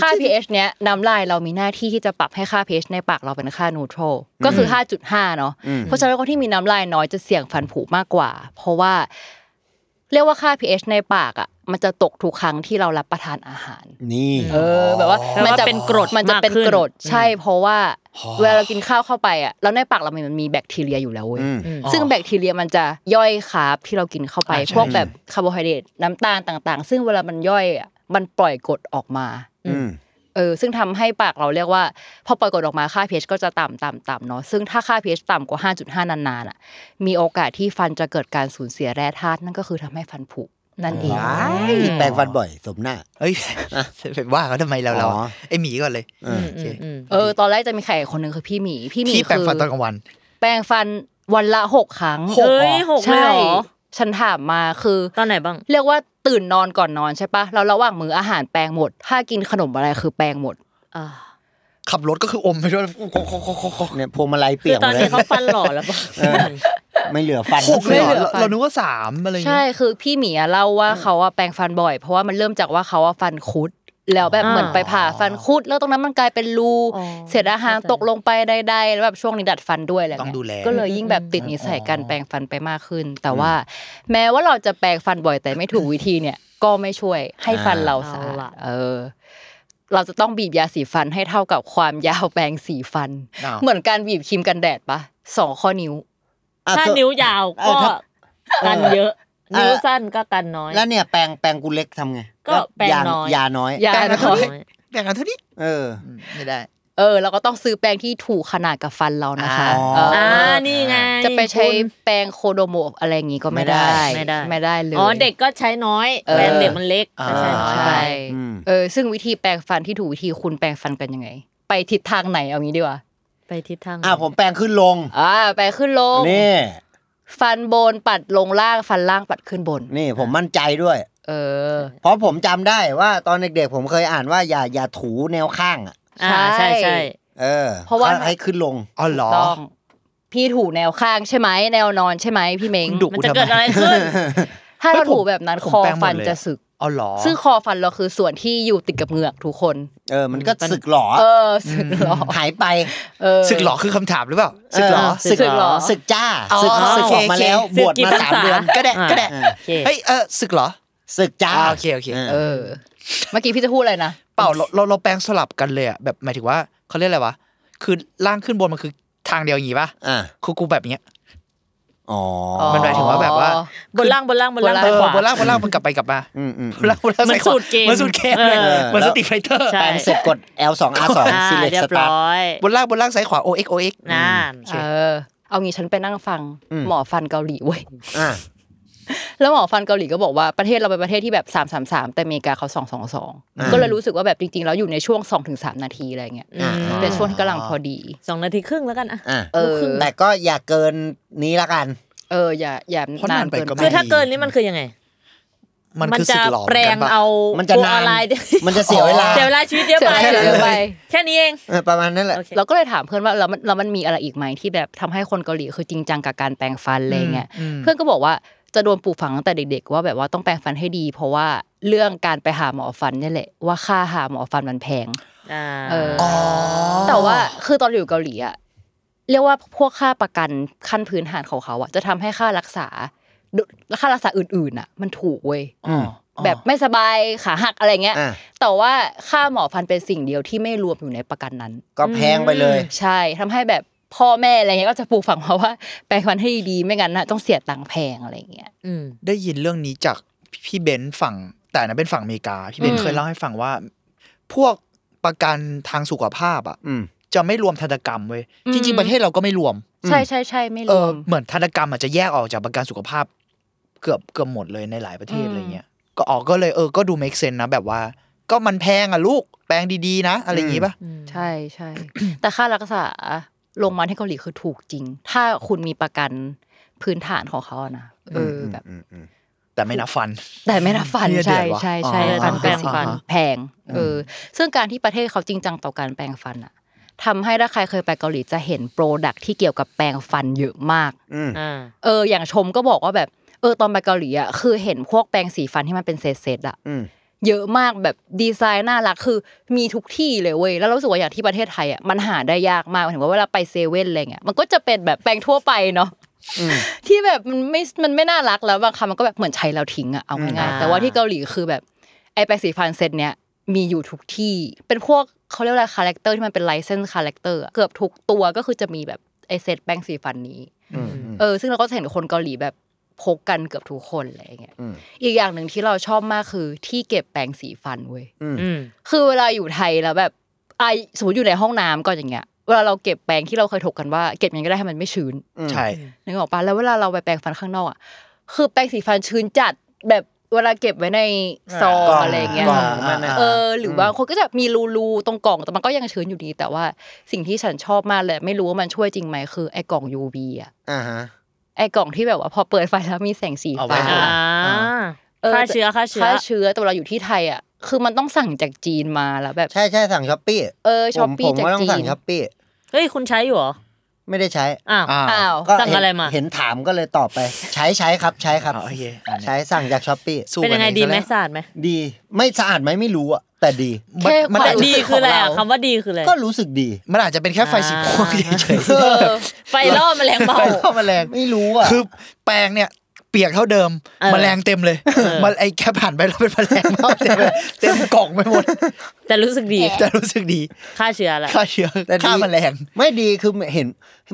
Speaker 2: ค่า pH เนี้ยน้ำลายเรามีหน้าที่ที่จะปรับให้ค่า pH ในปากเราเป็นค่า neutral ก็คือ 5.5 เนาะเพราะฉะนั้นคนที่มีน้ำลายน้อยจะเสี่ยงฟันผุมากกว่า เพราะว่า เรียกว่าค่า pH ในปากอ่ะมันจะตกทุกครั้งที่เรารับประทานอาหาร
Speaker 3: นี่
Speaker 2: เออแบบว่า
Speaker 4: แปล
Speaker 2: มัน
Speaker 4: ว่า
Speaker 2: จะ
Speaker 4: เป็นกรด
Speaker 2: มันจะ
Speaker 4: มาก
Speaker 2: เป็น
Speaker 4: ขึ้น
Speaker 2: กรดใช่เพราะว่า เวลาเรากินข้าวเข้าไปอ่ะแล้วในปากเรามันมีแบคทีเรียอยู่แล้วเว้ย
Speaker 3: ม
Speaker 2: ซึ่งแบคทีเรียมันจะย่อยคาร์บที่เรากินเข้าไป
Speaker 5: อ่าใช่
Speaker 2: พวกแบบคาร์โบไฮเดรตน้ำตาลต่างๆ ซึ่งเวลามันย่อยอ่ะมันปล่อยกรดออกมา
Speaker 3: อืม
Speaker 2: เออซึ่งทำให้ปากเราเรียกว่า พอปล่อยกรดออกมาค่า pH ก็จะต่ำต่ำต่ำเนาะซึ่งถ้าค่า pH ต่ำกว่า 5.5 นานๆอ่ะมีโอกาสที่ฟันจะเกิดการสูญเสียแร่ธาตุนั่นก็คือทำให้ฟันผุนั่นเอง
Speaker 3: ว้ายแปรงฟันบ่อยสมหน้า
Speaker 5: เอ้ย เป็นว่าเขาทำไมเราเรา
Speaker 3: อ๋อ
Speaker 5: ไอหมีก่อนเลย
Speaker 3: เออ
Speaker 4: อืมอืม
Speaker 2: เออตอนแรกจะมีใครคนหนึ่งคือพี่หมีพี่หมี
Speaker 5: พี่แปรง
Speaker 2: คือ
Speaker 5: ฟันตอนกลางวัน
Speaker 2: แปรงฟันวันละหกครั้ง
Speaker 5: หก
Speaker 4: เฮ้ยหกเลย
Speaker 2: ใช่
Speaker 4: เหรอ
Speaker 2: ฉันถามมาคือ
Speaker 4: ตอนไหนบ้าง
Speaker 2: เรียกว่าตื่นนอนก่อนนอนใช่ปะแล้วระหว่างมื้ออาหารแปลงหมด ถ้ากินขนมอะไรคือแปลงหมด
Speaker 4: อ่า
Speaker 5: ขับรถก็คืออมไปด้ว
Speaker 3: เ
Speaker 5: ย
Speaker 3: นี่ยพวงมาลัย
Speaker 4: คื
Speaker 3: เปี
Speaker 4: อย
Speaker 3: ก
Speaker 4: ตอน
Speaker 3: เล
Speaker 4: นี้
Speaker 3: ย
Speaker 4: เขาฟันหล่อแล้วป่ะ
Speaker 3: เออ ไม่เหลือฟัน
Speaker 5: หกเลยเหรอ
Speaker 2: ไม่เหลือฟัน
Speaker 5: เรานึกว่าสามอะไรอย่าง
Speaker 2: ใช่
Speaker 5: เงี้ย
Speaker 2: คือพี่หมีอะเล่าว่าเขาอะแปลงฟันบ่อย เพราะว่ามันเริ่มจากว่าเขาอะฟันคุด แล้วแบบ
Speaker 4: อ่า
Speaker 2: เหมือนไปผ่าฟันคุด แล้วตรงนั้นมันกลายเป็นรู
Speaker 4: อ๋อ
Speaker 2: เศษอาหาร
Speaker 4: เข้าใจ
Speaker 2: ตกลงไปใดๆแล้วแบบช่วงนี้ดัดฟันด้วยอะไร
Speaker 5: ต้อง
Speaker 2: เงี้ย
Speaker 5: ดูแล
Speaker 2: ก็เลยยิ่งแบบติดนิสัยการแปลงฟันไปมากขึ้น แต่ว่า แม้ว่าเราจะแปลงฟันบ่อยแต่ไม่ถูกวิธีเนี่ย ก็ไม่ช่วยให้ฟันเราสะอา
Speaker 4: เอา
Speaker 2: ด
Speaker 4: ล่ะ
Speaker 2: เออ เราจะต้องบีบยาสีฟันให้เท่ากับความยาวแปรงสีฟัน
Speaker 5: อ้าว
Speaker 2: เหมือนการบีบครีมกันแดดปะสองข้อนิ้ว
Speaker 4: ถ้านิ้วยาว
Speaker 3: เอ
Speaker 4: ก็
Speaker 3: อถ้า
Speaker 4: กันเยอะ
Speaker 3: เออ
Speaker 4: นิ้วสั้นก็กันน้อย
Speaker 3: แล้วเนี่ยแปรงแปรงกูเล็กทำไง
Speaker 4: ก็แปรงน้อย
Speaker 3: ยาน้อย
Speaker 2: ยา
Speaker 5: แปรงกันเท่า
Speaker 2: น้อย
Speaker 5: นี้แบ่งกันเท่านี้
Speaker 3: เออ
Speaker 5: ไม่ได้
Speaker 2: เออเราก็ต้องซื้อแปรงที่ถูกขนาดกับฟันเรานะคะ
Speaker 5: อ๋อ
Speaker 2: เอออ
Speaker 4: อ่านี่ไง
Speaker 2: จะไปใช้
Speaker 4: คุณ
Speaker 2: แปรงโคโดโมะอะไรอย่างงี้ก็ไม่
Speaker 3: ไม่ได้
Speaker 2: ได้
Speaker 4: ไม่ได้
Speaker 2: ไม่ได้เลย
Speaker 4: อ๋อเด็กก็ใช้น้อย
Speaker 2: เออ
Speaker 4: แบรนด์เด็กมันเล็ก
Speaker 5: อ่า
Speaker 4: ก็ใช้น้อยไป
Speaker 2: ใช่
Speaker 3: อืม
Speaker 2: เออซึ่งวิธีแปรงฟันที่ถูกวิธีคุณแปรงฟันกันยังไง ไปทิศทางไหนเอางี้ดีกว่า
Speaker 4: ไปทิศทาง
Speaker 3: อ่าผมแปรงขึ้นลง
Speaker 2: อ่าไปขึ้นลง
Speaker 3: นี่
Speaker 2: ฟันบนปัดลงล่างฟันล่างปัดขึ้นบน
Speaker 3: นี่ผมมั่นใจด้วย
Speaker 2: เออ
Speaker 3: เพราะผมจำได้ว่าตอนเด็กๆ ผมเคยอ่านว่าอย่าอย่าถูแนวข้างอ่ะ
Speaker 4: อ่าใช่ใช่
Speaker 3: เออ
Speaker 2: เพราะว่า
Speaker 3: ให้ขึ้นลง
Speaker 5: อ๋อเหรอ
Speaker 2: ต้องพี่ถูแนวข้างใช่ไหมแนวนอนใช่ไหมพี่เม้ง
Speaker 5: คุณดุ
Speaker 4: มันจะเกิดอะไรขึ้น
Speaker 2: ถ้าเรา
Speaker 5: เฮ้ยผม
Speaker 2: ถูแบบนั้น
Speaker 5: ผม
Speaker 2: คอ
Speaker 5: แปรงหมดเล
Speaker 2: ฟั
Speaker 5: ยอะ
Speaker 2: นจะสึก
Speaker 5: อ๋อเหรอ
Speaker 2: ซึ่งคอฟันเราคือส่วนที่อยู่ติดกับเหงือกทุกคน
Speaker 3: เออ มันก็สึกหรอ
Speaker 2: เออสึกหรอ
Speaker 3: หายไป
Speaker 2: เออ
Speaker 5: สึกหรอคือคำถามหรือเปล่าสึกหรอ
Speaker 3: เสึก
Speaker 2: สึกห
Speaker 3: ห
Speaker 2: ร
Speaker 3: ร
Speaker 2: อ
Speaker 3: อ สึกจ้า
Speaker 5: อ๋อ
Speaker 3: สึกสึ
Speaker 5: โอเค
Speaker 3: กออกมาแล้ว
Speaker 5: โอเค
Speaker 3: บวชมา
Speaker 4: สึกกี่
Speaker 3: สามเดือน
Speaker 4: พรรษา
Speaker 3: ก็ได้ก็ได้
Speaker 4: อ่าโอเค
Speaker 5: เฮ้ยเออสึกเหรอ
Speaker 3: สึกจ้า
Speaker 5: อ่าโอเคโอเค
Speaker 2: เออ เมื่อกี้พี่จะพูดอะไรนะ
Speaker 5: เปล่าเราเราเราแปลงสลับกันเลยอะแบบหมายถึงว่าเขาเรียกอะไรวะคือล่างขึ้นบนมันคือทางเดียวอย่างงี้ป่ะ
Speaker 3: อ่ะ
Speaker 5: คือกูแบบเนี้ย
Speaker 3: อ๋ออ
Speaker 5: มันหมายถึงว่าแบบว่า
Speaker 4: บนล่างบนล่างบนล่าง
Speaker 5: เอ
Speaker 4: ไป
Speaker 5: อ
Speaker 4: ขวา
Speaker 5: บนล่างบนล่างมันกลับไปกลับมา
Speaker 3: อืมอืม
Speaker 5: เวลาเวลา
Speaker 4: มัน
Speaker 5: ใขวา
Speaker 4: สูตรเกม
Speaker 5: มันสูตรเกมเลย
Speaker 4: เออ
Speaker 5: มัน
Speaker 3: แล้
Speaker 5: ส
Speaker 3: ว
Speaker 5: ติไฟเตอร์
Speaker 4: ใช่
Speaker 3: แปรงเสร็จกด L 2 R
Speaker 4: อ่า
Speaker 3: 2 select
Speaker 4: เรียบ
Speaker 3: start
Speaker 4: ร้อย
Speaker 5: บนล่างบนล่างซ้ายขวา O X O X
Speaker 4: นั่น
Speaker 2: เออ เอางี้ฉันไปนั่งฟัง
Speaker 3: อืม
Speaker 2: หมอฟันเกาหลีเว้ย
Speaker 3: อ่ะ
Speaker 2: แล้วหมอฟันเกาหลีก็บอกว่าประเทศเราเป็นประเทศที่แบบ 3 3 3 แต่อเมริกาเขา 2 2 2 ก็เลยรู้สึกว่าแบบจริงๆ แล้วอยู่ในช่วง 2-3 นาทีอะไรเงี้ย
Speaker 4: อืม
Speaker 2: เป็นช่วงที่กำลังพอดี
Speaker 4: สองนาทีครึ่งแล้วกันอ่ะ
Speaker 3: อ่ะ
Speaker 2: เออ
Speaker 3: แต่ก็อย่าเกินนี้ละกัน
Speaker 2: เอออย่าอย่า
Speaker 5: เพราะนานไปก็ไม่
Speaker 2: เน
Speaker 4: คือถ้าเกินนี่มันคือยังไง
Speaker 5: มันคือสึกหลอม
Speaker 4: แปล
Speaker 5: กั
Speaker 4: ง
Speaker 5: นปะ
Speaker 4: เอา
Speaker 3: มั
Speaker 4: มัน
Speaker 3: จะนาน มันจะเสียเวลา
Speaker 4: เสียเวลาชีวิตเยอะไป
Speaker 2: เสียเวลาเยอะไป
Speaker 4: แค่นี้เอง
Speaker 3: เออประมาณนั้นแหละ
Speaker 4: โอเค
Speaker 2: เราก็เลยถามเพื่อนว่าแล้วมันแล้วมันมีอะไรอีกไหมที่แบบทำให้คนเกาหลีคือจริงจังกับการแปรงฟันอะไรเงี้ย
Speaker 5: อืมอืม
Speaker 2: เพื่อนก็บอกว่าจะโดนปลูกฝังตั้งแต่เด็ก ๆ ว่าแบบว่าต้องแปรงฟันให้ดี เพราะว่าเรื่องการไปหาหมอฟันเนี่ยแหละว่าค่าหาหมอฟันมันแพง เอออแต่ว่าคือตอนอยู่เกาหลีอะเรียกว่าพวกค่าประกันขั้นพื้นฐานของเขาอะจะทำให้ค่ารักษาดุค่ารักษาอื่นๆอะมันถูกเว้ย
Speaker 3: อืม
Speaker 2: แบบไม่สบายขาหักอะไรเงี้ย
Speaker 3: อ่ะ
Speaker 2: แต่ว่าค่าหมอฟันเป็นสิ่งเดียวที่ไม่รวมอยู่ในประกันนั้น
Speaker 3: ก็แพงไปเลย
Speaker 2: ใช่ทำให้แบบพ่อแม่อะไรเงี้ยก็จะปลูกฝังมาว่าแปลงฟันให้ดีๆไม่งั้นน่ะต้องเสียตังค์แพงอะไรเงี้ย
Speaker 5: ได้ยินเรื่องนี้จากพี่เบนซ์ฝั่ง แต่อันนั้นเป็นฝั่งอเมริกา พี่เบน
Speaker 2: อื
Speaker 5: ซ์
Speaker 2: ม
Speaker 5: เคยเล่าให้ฟังว่า พวกประกันทางสุขภาพอ่ะ
Speaker 3: อืม
Speaker 5: จะไม่รวมธนตกรรมเว้ยจริง ๆ ประเทศเราก็ไม่รวม
Speaker 2: ใช่ใช่ใช่ไม่ร
Speaker 5: เอ
Speaker 2: ว
Speaker 5: อ
Speaker 2: ม
Speaker 5: เหมือนธนตกรรมอาจจะแยกออกจากประกันสุขภาพ เกือบเกือบหมดเลยในหลายประเทศ
Speaker 2: อืม
Speaker 5: อะไรเงี้ยก็ออกก็เลยเออก็ดู make sense นะแบบว่า ก็มันแพงอ่ะลูกแปลงดีๆนะ อะไรอย่างงี้ป่ะ
Speaker 2: ใช่ใช่ แต่ค่ารักษาโรงพยาบาลที่เกาหลีคือถูกจริง ถ้าคุณมีประกันพื้นฐานของเขาอะนะเอออแบบ
Speaker 5: แต่ไม่นับฟัน
Speaker 2: แต่ไม่รับฟัน
Speaker 5: เดือด
Speaker 2: ใช่
Speaker 5: วะ
Speaker 2: ใช่ใช่
Speaker 5: อ๋อ
Speaker 2: ฟันเป็นสิ่ง
Speaker 5: แปรงฟัน
Speaker 2: แพงเออซึ่งการที่ประเทศเขาจริงจังต่อการแปรงฟันอะทำให้ถ้าใครเคยไปเกาหลีจะเห็นโปรดักที่เกี่ยวกับแปรงฟันเยอะมาก
Speaker 3: อืม
Speaker 2: เอออย่างชมก็บอกว่าแบบเออตอนไปเกาหลีอ่ะคือเห็นพวกแปรงสีฟันที่มันเป็นเศษๆอ่ะ
Speaker 3: อืม
Speaker 2: เยอะมากแบบดีไซน์น่ารักคือมีทุกที่เลยเว้ยแล้วเรารู้สึกว่าอย่างที่ประเทศไทยอ่ะมันหาได้ยากมากหมายถึงว่าเวลาไปเซเว่นอะไรเงี้ยมันก็จะเป็นแบบแปรงทั่วไปเนาะที่แบบมันไม่มันไม่น่ารักแล้วบางคำมันก็แบบเหมือนใช้แล้วทิ้งอ่ะเอาง่ายๆแต่ว่าที่เกาหลีคือแบบไอ้แปรงสีฟันเซตเนี้ยมีอยู่ทุกที่เป็นพวกเขาเรียกว่าคาแรคเตอร์ที่มันเป็นไลเซนส์คาแรคเตอร์เกือบทุกตัวก็คือจะมีแบบไอเซตแปรงสีฟันนี้
Speaker 3: อืม
Speaker 2: เออซึ่งเราก็จะเห็นคนเกาหลีแบบพกกันเกือบทุกคนอะไรอย่างเงี้ยอีกอย่างหนึ่งที่เราชอบมากคือที่เก็บแปรงสีฟันเว้ยคือเวลาอยู่ไทยแล้วแบบไอะสมมติอยู่ในห้องน้ำก็อย่างเงี้ยเวลาเราเก็บแปรงที่เราเคยถกกันว่าเก็บยังไงก็ได้ให้มันไม่ชื้น
Speaker 5: ใช่
Speaker 2: นึกออกปะแล้วเวลาเราไปแปรงฟันข้างนอกอ่ะคือแปรงสีฟันชื้นจัดแบบเวลาเก็บไว้ในซอง
Speaker 3: กล่อง
Speaker 2: อะไรอย่างเงี้ย
Speaker 3: กล่องมันน่ะ
Speaker 2: เออหรือบางคนก็จะมีรูรูๆตรงกล่องแต่มันก็ยังชื้นอยู่ดี แต่ว่าสิ่งที่ฉันชอบมากเลยไม่รู้ว่ามันช่วยจริงไหมคือไอ้กล่อง UV อ่ะ
Speaker 3: อ่าฮะ
Speaker 2: ไอ้กล่องที่แบบว่าพอเปิดไฟแล้วมีแสงสี
Speaker 5: เอาไว้
Speaker 2: ฟ้า
Speaker 5: ข้างหลัง
Speaker 4: ฆ่าเชื้อฆ่าเชื้อ
Speaker 2: ฆ่าเชื้อแต่เราอยู่ที่ไทยอ่ะคือมันต้องสั่งจากจีนมาแล้วแบบ
Speaker 3: ใช่ใช่สั่งช้อปปี้
Speaker 2: เออช้อปปี้
Speaker 3: ผม
Speaker 2: จาก
Speaker 3: ก็ต้อง
Speaker 2: จี
Speaker 3: สั่
Speaker 2: น
Speaker 3: งช้อปปี้
Speaker 4: เฮ้ยคุณใช้อยู่เหรอ
Speaker 3: ไม่ได้ใช้
Speaker 4: อ้าว
Speaker 5: อ่า
Speaker 2: อ้าว
Speaker 3: ก็
Speaker 4: สั่งอะไร
Speaker 3: เห็น
Speaker 4: มา
Speaker 3: เห็นถามก็เลยตอบไป ใช้ใช้ครับใช้ครับ
Speaker 5: อ่าโอเคอันเนี้ย
Speaker 3: ใช้สั่งจากช้อปปี้
Speaker 5: สู้
Speaker 4: เป็นยังไง
Speaker 5: กัอ
Speaker 4: ดีไหม
Speaker 5: ซะแล้ว
Speaker 4: สะอาดไหม
Speaker 3: ดีไม่สะอาดไหมไม่รู้อะแต่ดี
Speaker 2: แค่
Speaker 5: มัน
Speaker 2: ค
Speaker 4: แต่
Speaker 2: วาม
Speaker 4: ดี
Speaker 2: รู้สึก
Speaker 4: คืออะไร
Speaker 2: ขง
Speaker 4: อะ
Speaker 2: เา
Speaker 4: คำว่าดีคืออะไร
Speaker 3: ก็รู้สึกดี
Speaker 5: มันอาจจะเป็นแค่ไฟสีพวงเฉย
Speaker 3: เออ
Speaker 4: ไฟล่อแมลงเบา
Speaker 5: ๆไฟเข้าแมลง
Speaker 3: ไม่รู้อะ
Speaker 5: คือแปลงเนี่ยเปียกเท่าเดิม
Speaker 4: เออ
Speaker 5: แมลงเต็มเลย
Speaker 4: เออ
Speaker 5: มันไอแค่ผ่านไปแล้วเป็นแมลงเท่าเต็มเลยเต็มกล่องไปหมด
Speaker 4: แต่รู้สึกดี
Speaker 5: แต่รู้สึกดี
Speaker 4: ฆ่าเชื้อแหละ
Speaker 5: ฆ่าเชื้อ
Speaker 3: แต่ดี
Speaker 5: ฆ่าแมลง
Speaker 3: ไม่ดีคือเห็น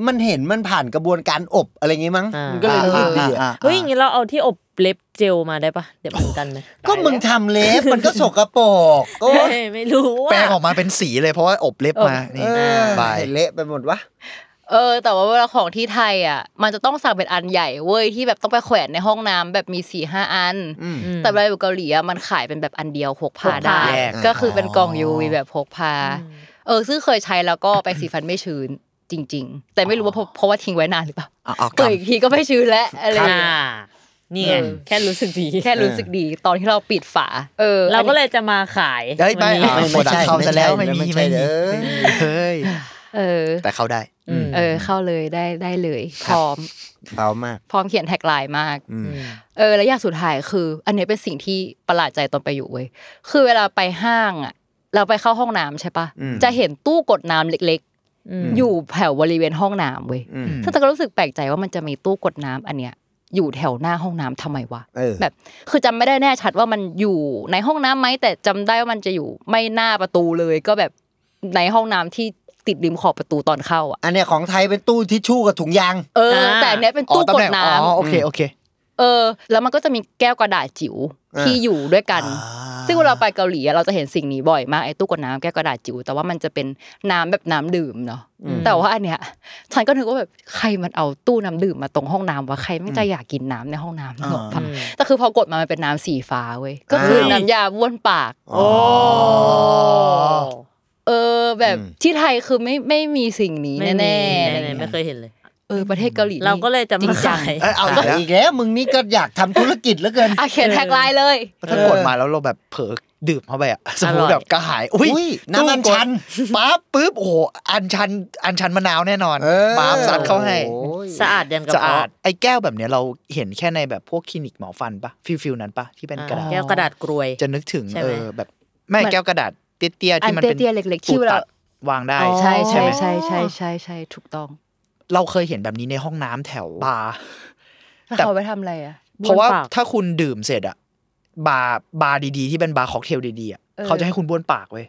Speaker 3: มันเห็นมันผ่านกระบวนการอบอะไรอย่างงี้มั้ง
Speaker 4: ามั
Speaker 3: มันก็เลยรู้สึกดีอะ
Speaker 4: เฮ้ยอย่างงี้เราเอาที่อบเล็บเจลมาได้ปะเดี๋ยวมันกันไหม
Speaker 3: ก็มึงทำ เล็บมันก็สกปรกก็
Speaker 4: เฮ้ยไม่รู้
Speaker 5: แปล
Speaker 4: ว่ะ
Speaker 5: งออกมาเป็นสีเลยเพราะว่าอบเล็บมานี่
Speaker 3: เออบ
Speaker 5: าย
Speaker 3: เละไปหมดวะ
Speaker 2: เออ แต่ว่าเวลาของที่ไทยอ่ะ มันจะต้องสั่งเป็นอันใหญ่เว้ยที่แบบต้องไปแขวนในห้องน้ำแบบมีสี่ห้าอัน แต่เวลาอยู่เกาหลีอ่ะมันขายเป็นแบบอันเดียวพกพา
Speaker 4: พกพา
Speaker 2: ได้
Speaker 5: แยก
Speaker 2: ก็คือเป็นกล่อง UV แบบพกพา เออซึ่งเคยใช้แล้วก็ไปสีฟันไม่ชื้นจริง ๆ แต่ไม่รู้ว่าเพราะเพราะว่าทิ้งไว้นานหรือเปล่า
Speaker 5: เอาเอากลั
Speaker 2: เปิดอีกทีก็ไม่ชื้นแล้วอะไรอย่าง
Speaker 4: อ่า
Speaker 2: เงี้ย
Speaker 4: นี่ไงแค่รู้สึกดี
Speaker 2: แค่รู้สึกดีตอนที่เราปิดฝา เออ
Speaker 4: เราก็เลยจะมาขาย
Speaker 5: เฮ้ยไม่
Speaker 4: วันนี้
Speaker 5: เอา
Speaker 3: ไม่
Speaker 5: โปรดัก
Speaker 3: ไม่ใช่
Speaker 5: เข้าซะแล้ว
Speaker 3: ไม่
Speaker 5: ไม่
Speaker 3: ใช่
Speaker 5: มี
Speaker 3: ไม่
Speaker 5: ไม่
Speaker 3: ใช่
Speaker 5: มี
Speaker 3: เด้อ
Speaker 5: เฮ้ย
Speaker 2: เออ
Speaker 5: แต่เข้าได้
Speaker 4: อืม
Speaker 2: เออ เข้าเลยได้ได้เลย พร้อม
Speaker 3: เอามาก
Speaker 2: พร้อมเขียนแท็กไลน์มาก เออ แล้วอย่างสุดท้ายคือ อันเนี้ยเป็นสิ่งที่ประหลาดใจตอนไปอยู่เว้ยคือเวลาไปห้างอ่ะ เราไปเข้าห้องน้ำใช่ปะจะเห็นตู้กดน้ำเล็ก
Speaker 4: อืม
Speaker 2: ๆ อยู่แถวบริเวณห้องน้ำเว้ยซึ่งแต่ก็รู้สึกแปลกใจว่ามันจะมีตู้กดน้ำอันเนี้ยอยู่แถวหน้าห้องน้ำทำไมวะ
Speaker 3: เออ
Speaker 2: แบบคือจำไม่ได้แน่ชัดว่ามันอยู่ในห้องน้ำไหมแต่จำได้ว่ามันจะอยู่ไม่หน้าประตูเลย ก็แบบในห้องน้ำที่ติดริมขอบประตูตอนเข้าอ่ะ
Speaker 3: อันเนี้ยของไทยเป็นตู้ทิชชู่กับถุงยาง
Speaker 2: เออ
Speaker 4: อ่า
Speaker 2: แต่อันเนี้ยเป็น
Speaker 5: อ๋อ
Speaker 2: ตู้ก
Speaker 5: ตำแห
Speaker 2: ด
Speaker 5: น่ง
Speaker 2: น้
Speaker 5: อ๋อโอเคโอเค
Speaker 2: ำเออ แล้วมันก็จะมีแก้วกระดาษจิ๋วที่อยู่ด้วยกัน ซึ่งเวลาไปเกาหลีอะเราจะเห็นสิ่งนี้บ่อยมากไอ้ตู้กดน้ำแก้วกระดาษจิ๋วแต่ว่ามันจะเป็นน้ำแบบน้ำดื่มเนาะแต่ว่าอันเนี้ยฉันก็นึกว่าแบบใครมันเอาตู้น้ำดื่มมาตรงห้องน้ำวะใครไม่จะอยากกินน้ำในห้องน้ำหรอกปะแต่คือพอกดมามันเป็นน้ำสีฟ้าเว้ยก็คือน้ำยาบ้วนปาก
Speaker 3: โอ้
Speaker 2: เออแบบที่ไทยคือไม่ไม่มีสิ่งนี้
Speaker 4: ไม่มี
Speaker 2: แน่ๆ
Speaker 4: แน่
Speaker 2: อะไร
Speaker 4: ๆ
Speaker 2: เงี้
Speaker 4: ไม่
Speaker 2: ย
Speaker 4: เคยเห็นเลย
Speaker 2: เออประเทศเกาหลีนี่
Speaker 4: เราก็เลยจะ
Speaker 2: จริ
Speaker 4: มาง
Speaker 2: จัง
Speaker 4: ขาย
Speaker 3: เอ้ยเอาอีกแล้วมึงนี่ก็อยากทำธุรกิจเหลือเกิน
Speaker 2: อ่ะเขียนแท็กไลน์เลย
Speaker 5: ถ้ากดมาแล้วเราแบบเผลอดื่มเข้าไปอ่ะสมมติแบบกระหายอุ้ย
Speaker 3: อุ้ยน้ำอัญชัน
Speaker 5: ปั๊บปุ๊บโอ้โหอันชันอันชันมะนาวแน่นอน
Speaker 3: เออ
Speaker 5: ปั๊บซัดเข้าให้
Speaker 3: โอ้ย
Speaker 4: สะอาดยันกระ
Speaker 5: สะ
Speaker 4: เป๋า
Speaker 5: อาดไอ้แก้วแบบเนี้ยเราเห็นแค่ในแบบพวกคลินิกหมอฟันปะฟิลฟิลนั้นปะที่เป็นกระดาษ
Speaker 4: แก้วกระดาษกรวย
Speaker 5: จะนึกถึง
Speaker 4: ใช่ไหม
Speaker 5: เออแบบไม่แก้วกระดาษเตี้ยๆ
Speaker 2: อัน
Speaker 5: ที่มันเป็น
Speaker 2: เตี้ยๆเล็กๆที่
Speaker 5: ปู
Speaker 2: เรา
Speaker 5: ตัดวางได้
Speaker 4: อ๋อ
Speaker 2: ใช่ใช่ใช่ใช่ใช่ใช่ถูกต้อง
Speaker 5: เราเคยเห็นแบบนี้ในห้องน้ำแถวบาร์
Speaker 2: แล้ว
Speaker 5: แต่
Speaker 2: เขาไปทำอะไรอ่ะ
Speaker 5: เพราะว่า
Speaker 4: บ้วนปาก
Speaker 5: ถ้าคุณดื่มเสร็จอะบาร์บาร์ดีๆที่เป็นบาร์ค็อกเทลดีๆอะ
Speaker 2: เออ
Speaker 5: เขาจะให้คุณบ้วนปากเว้ย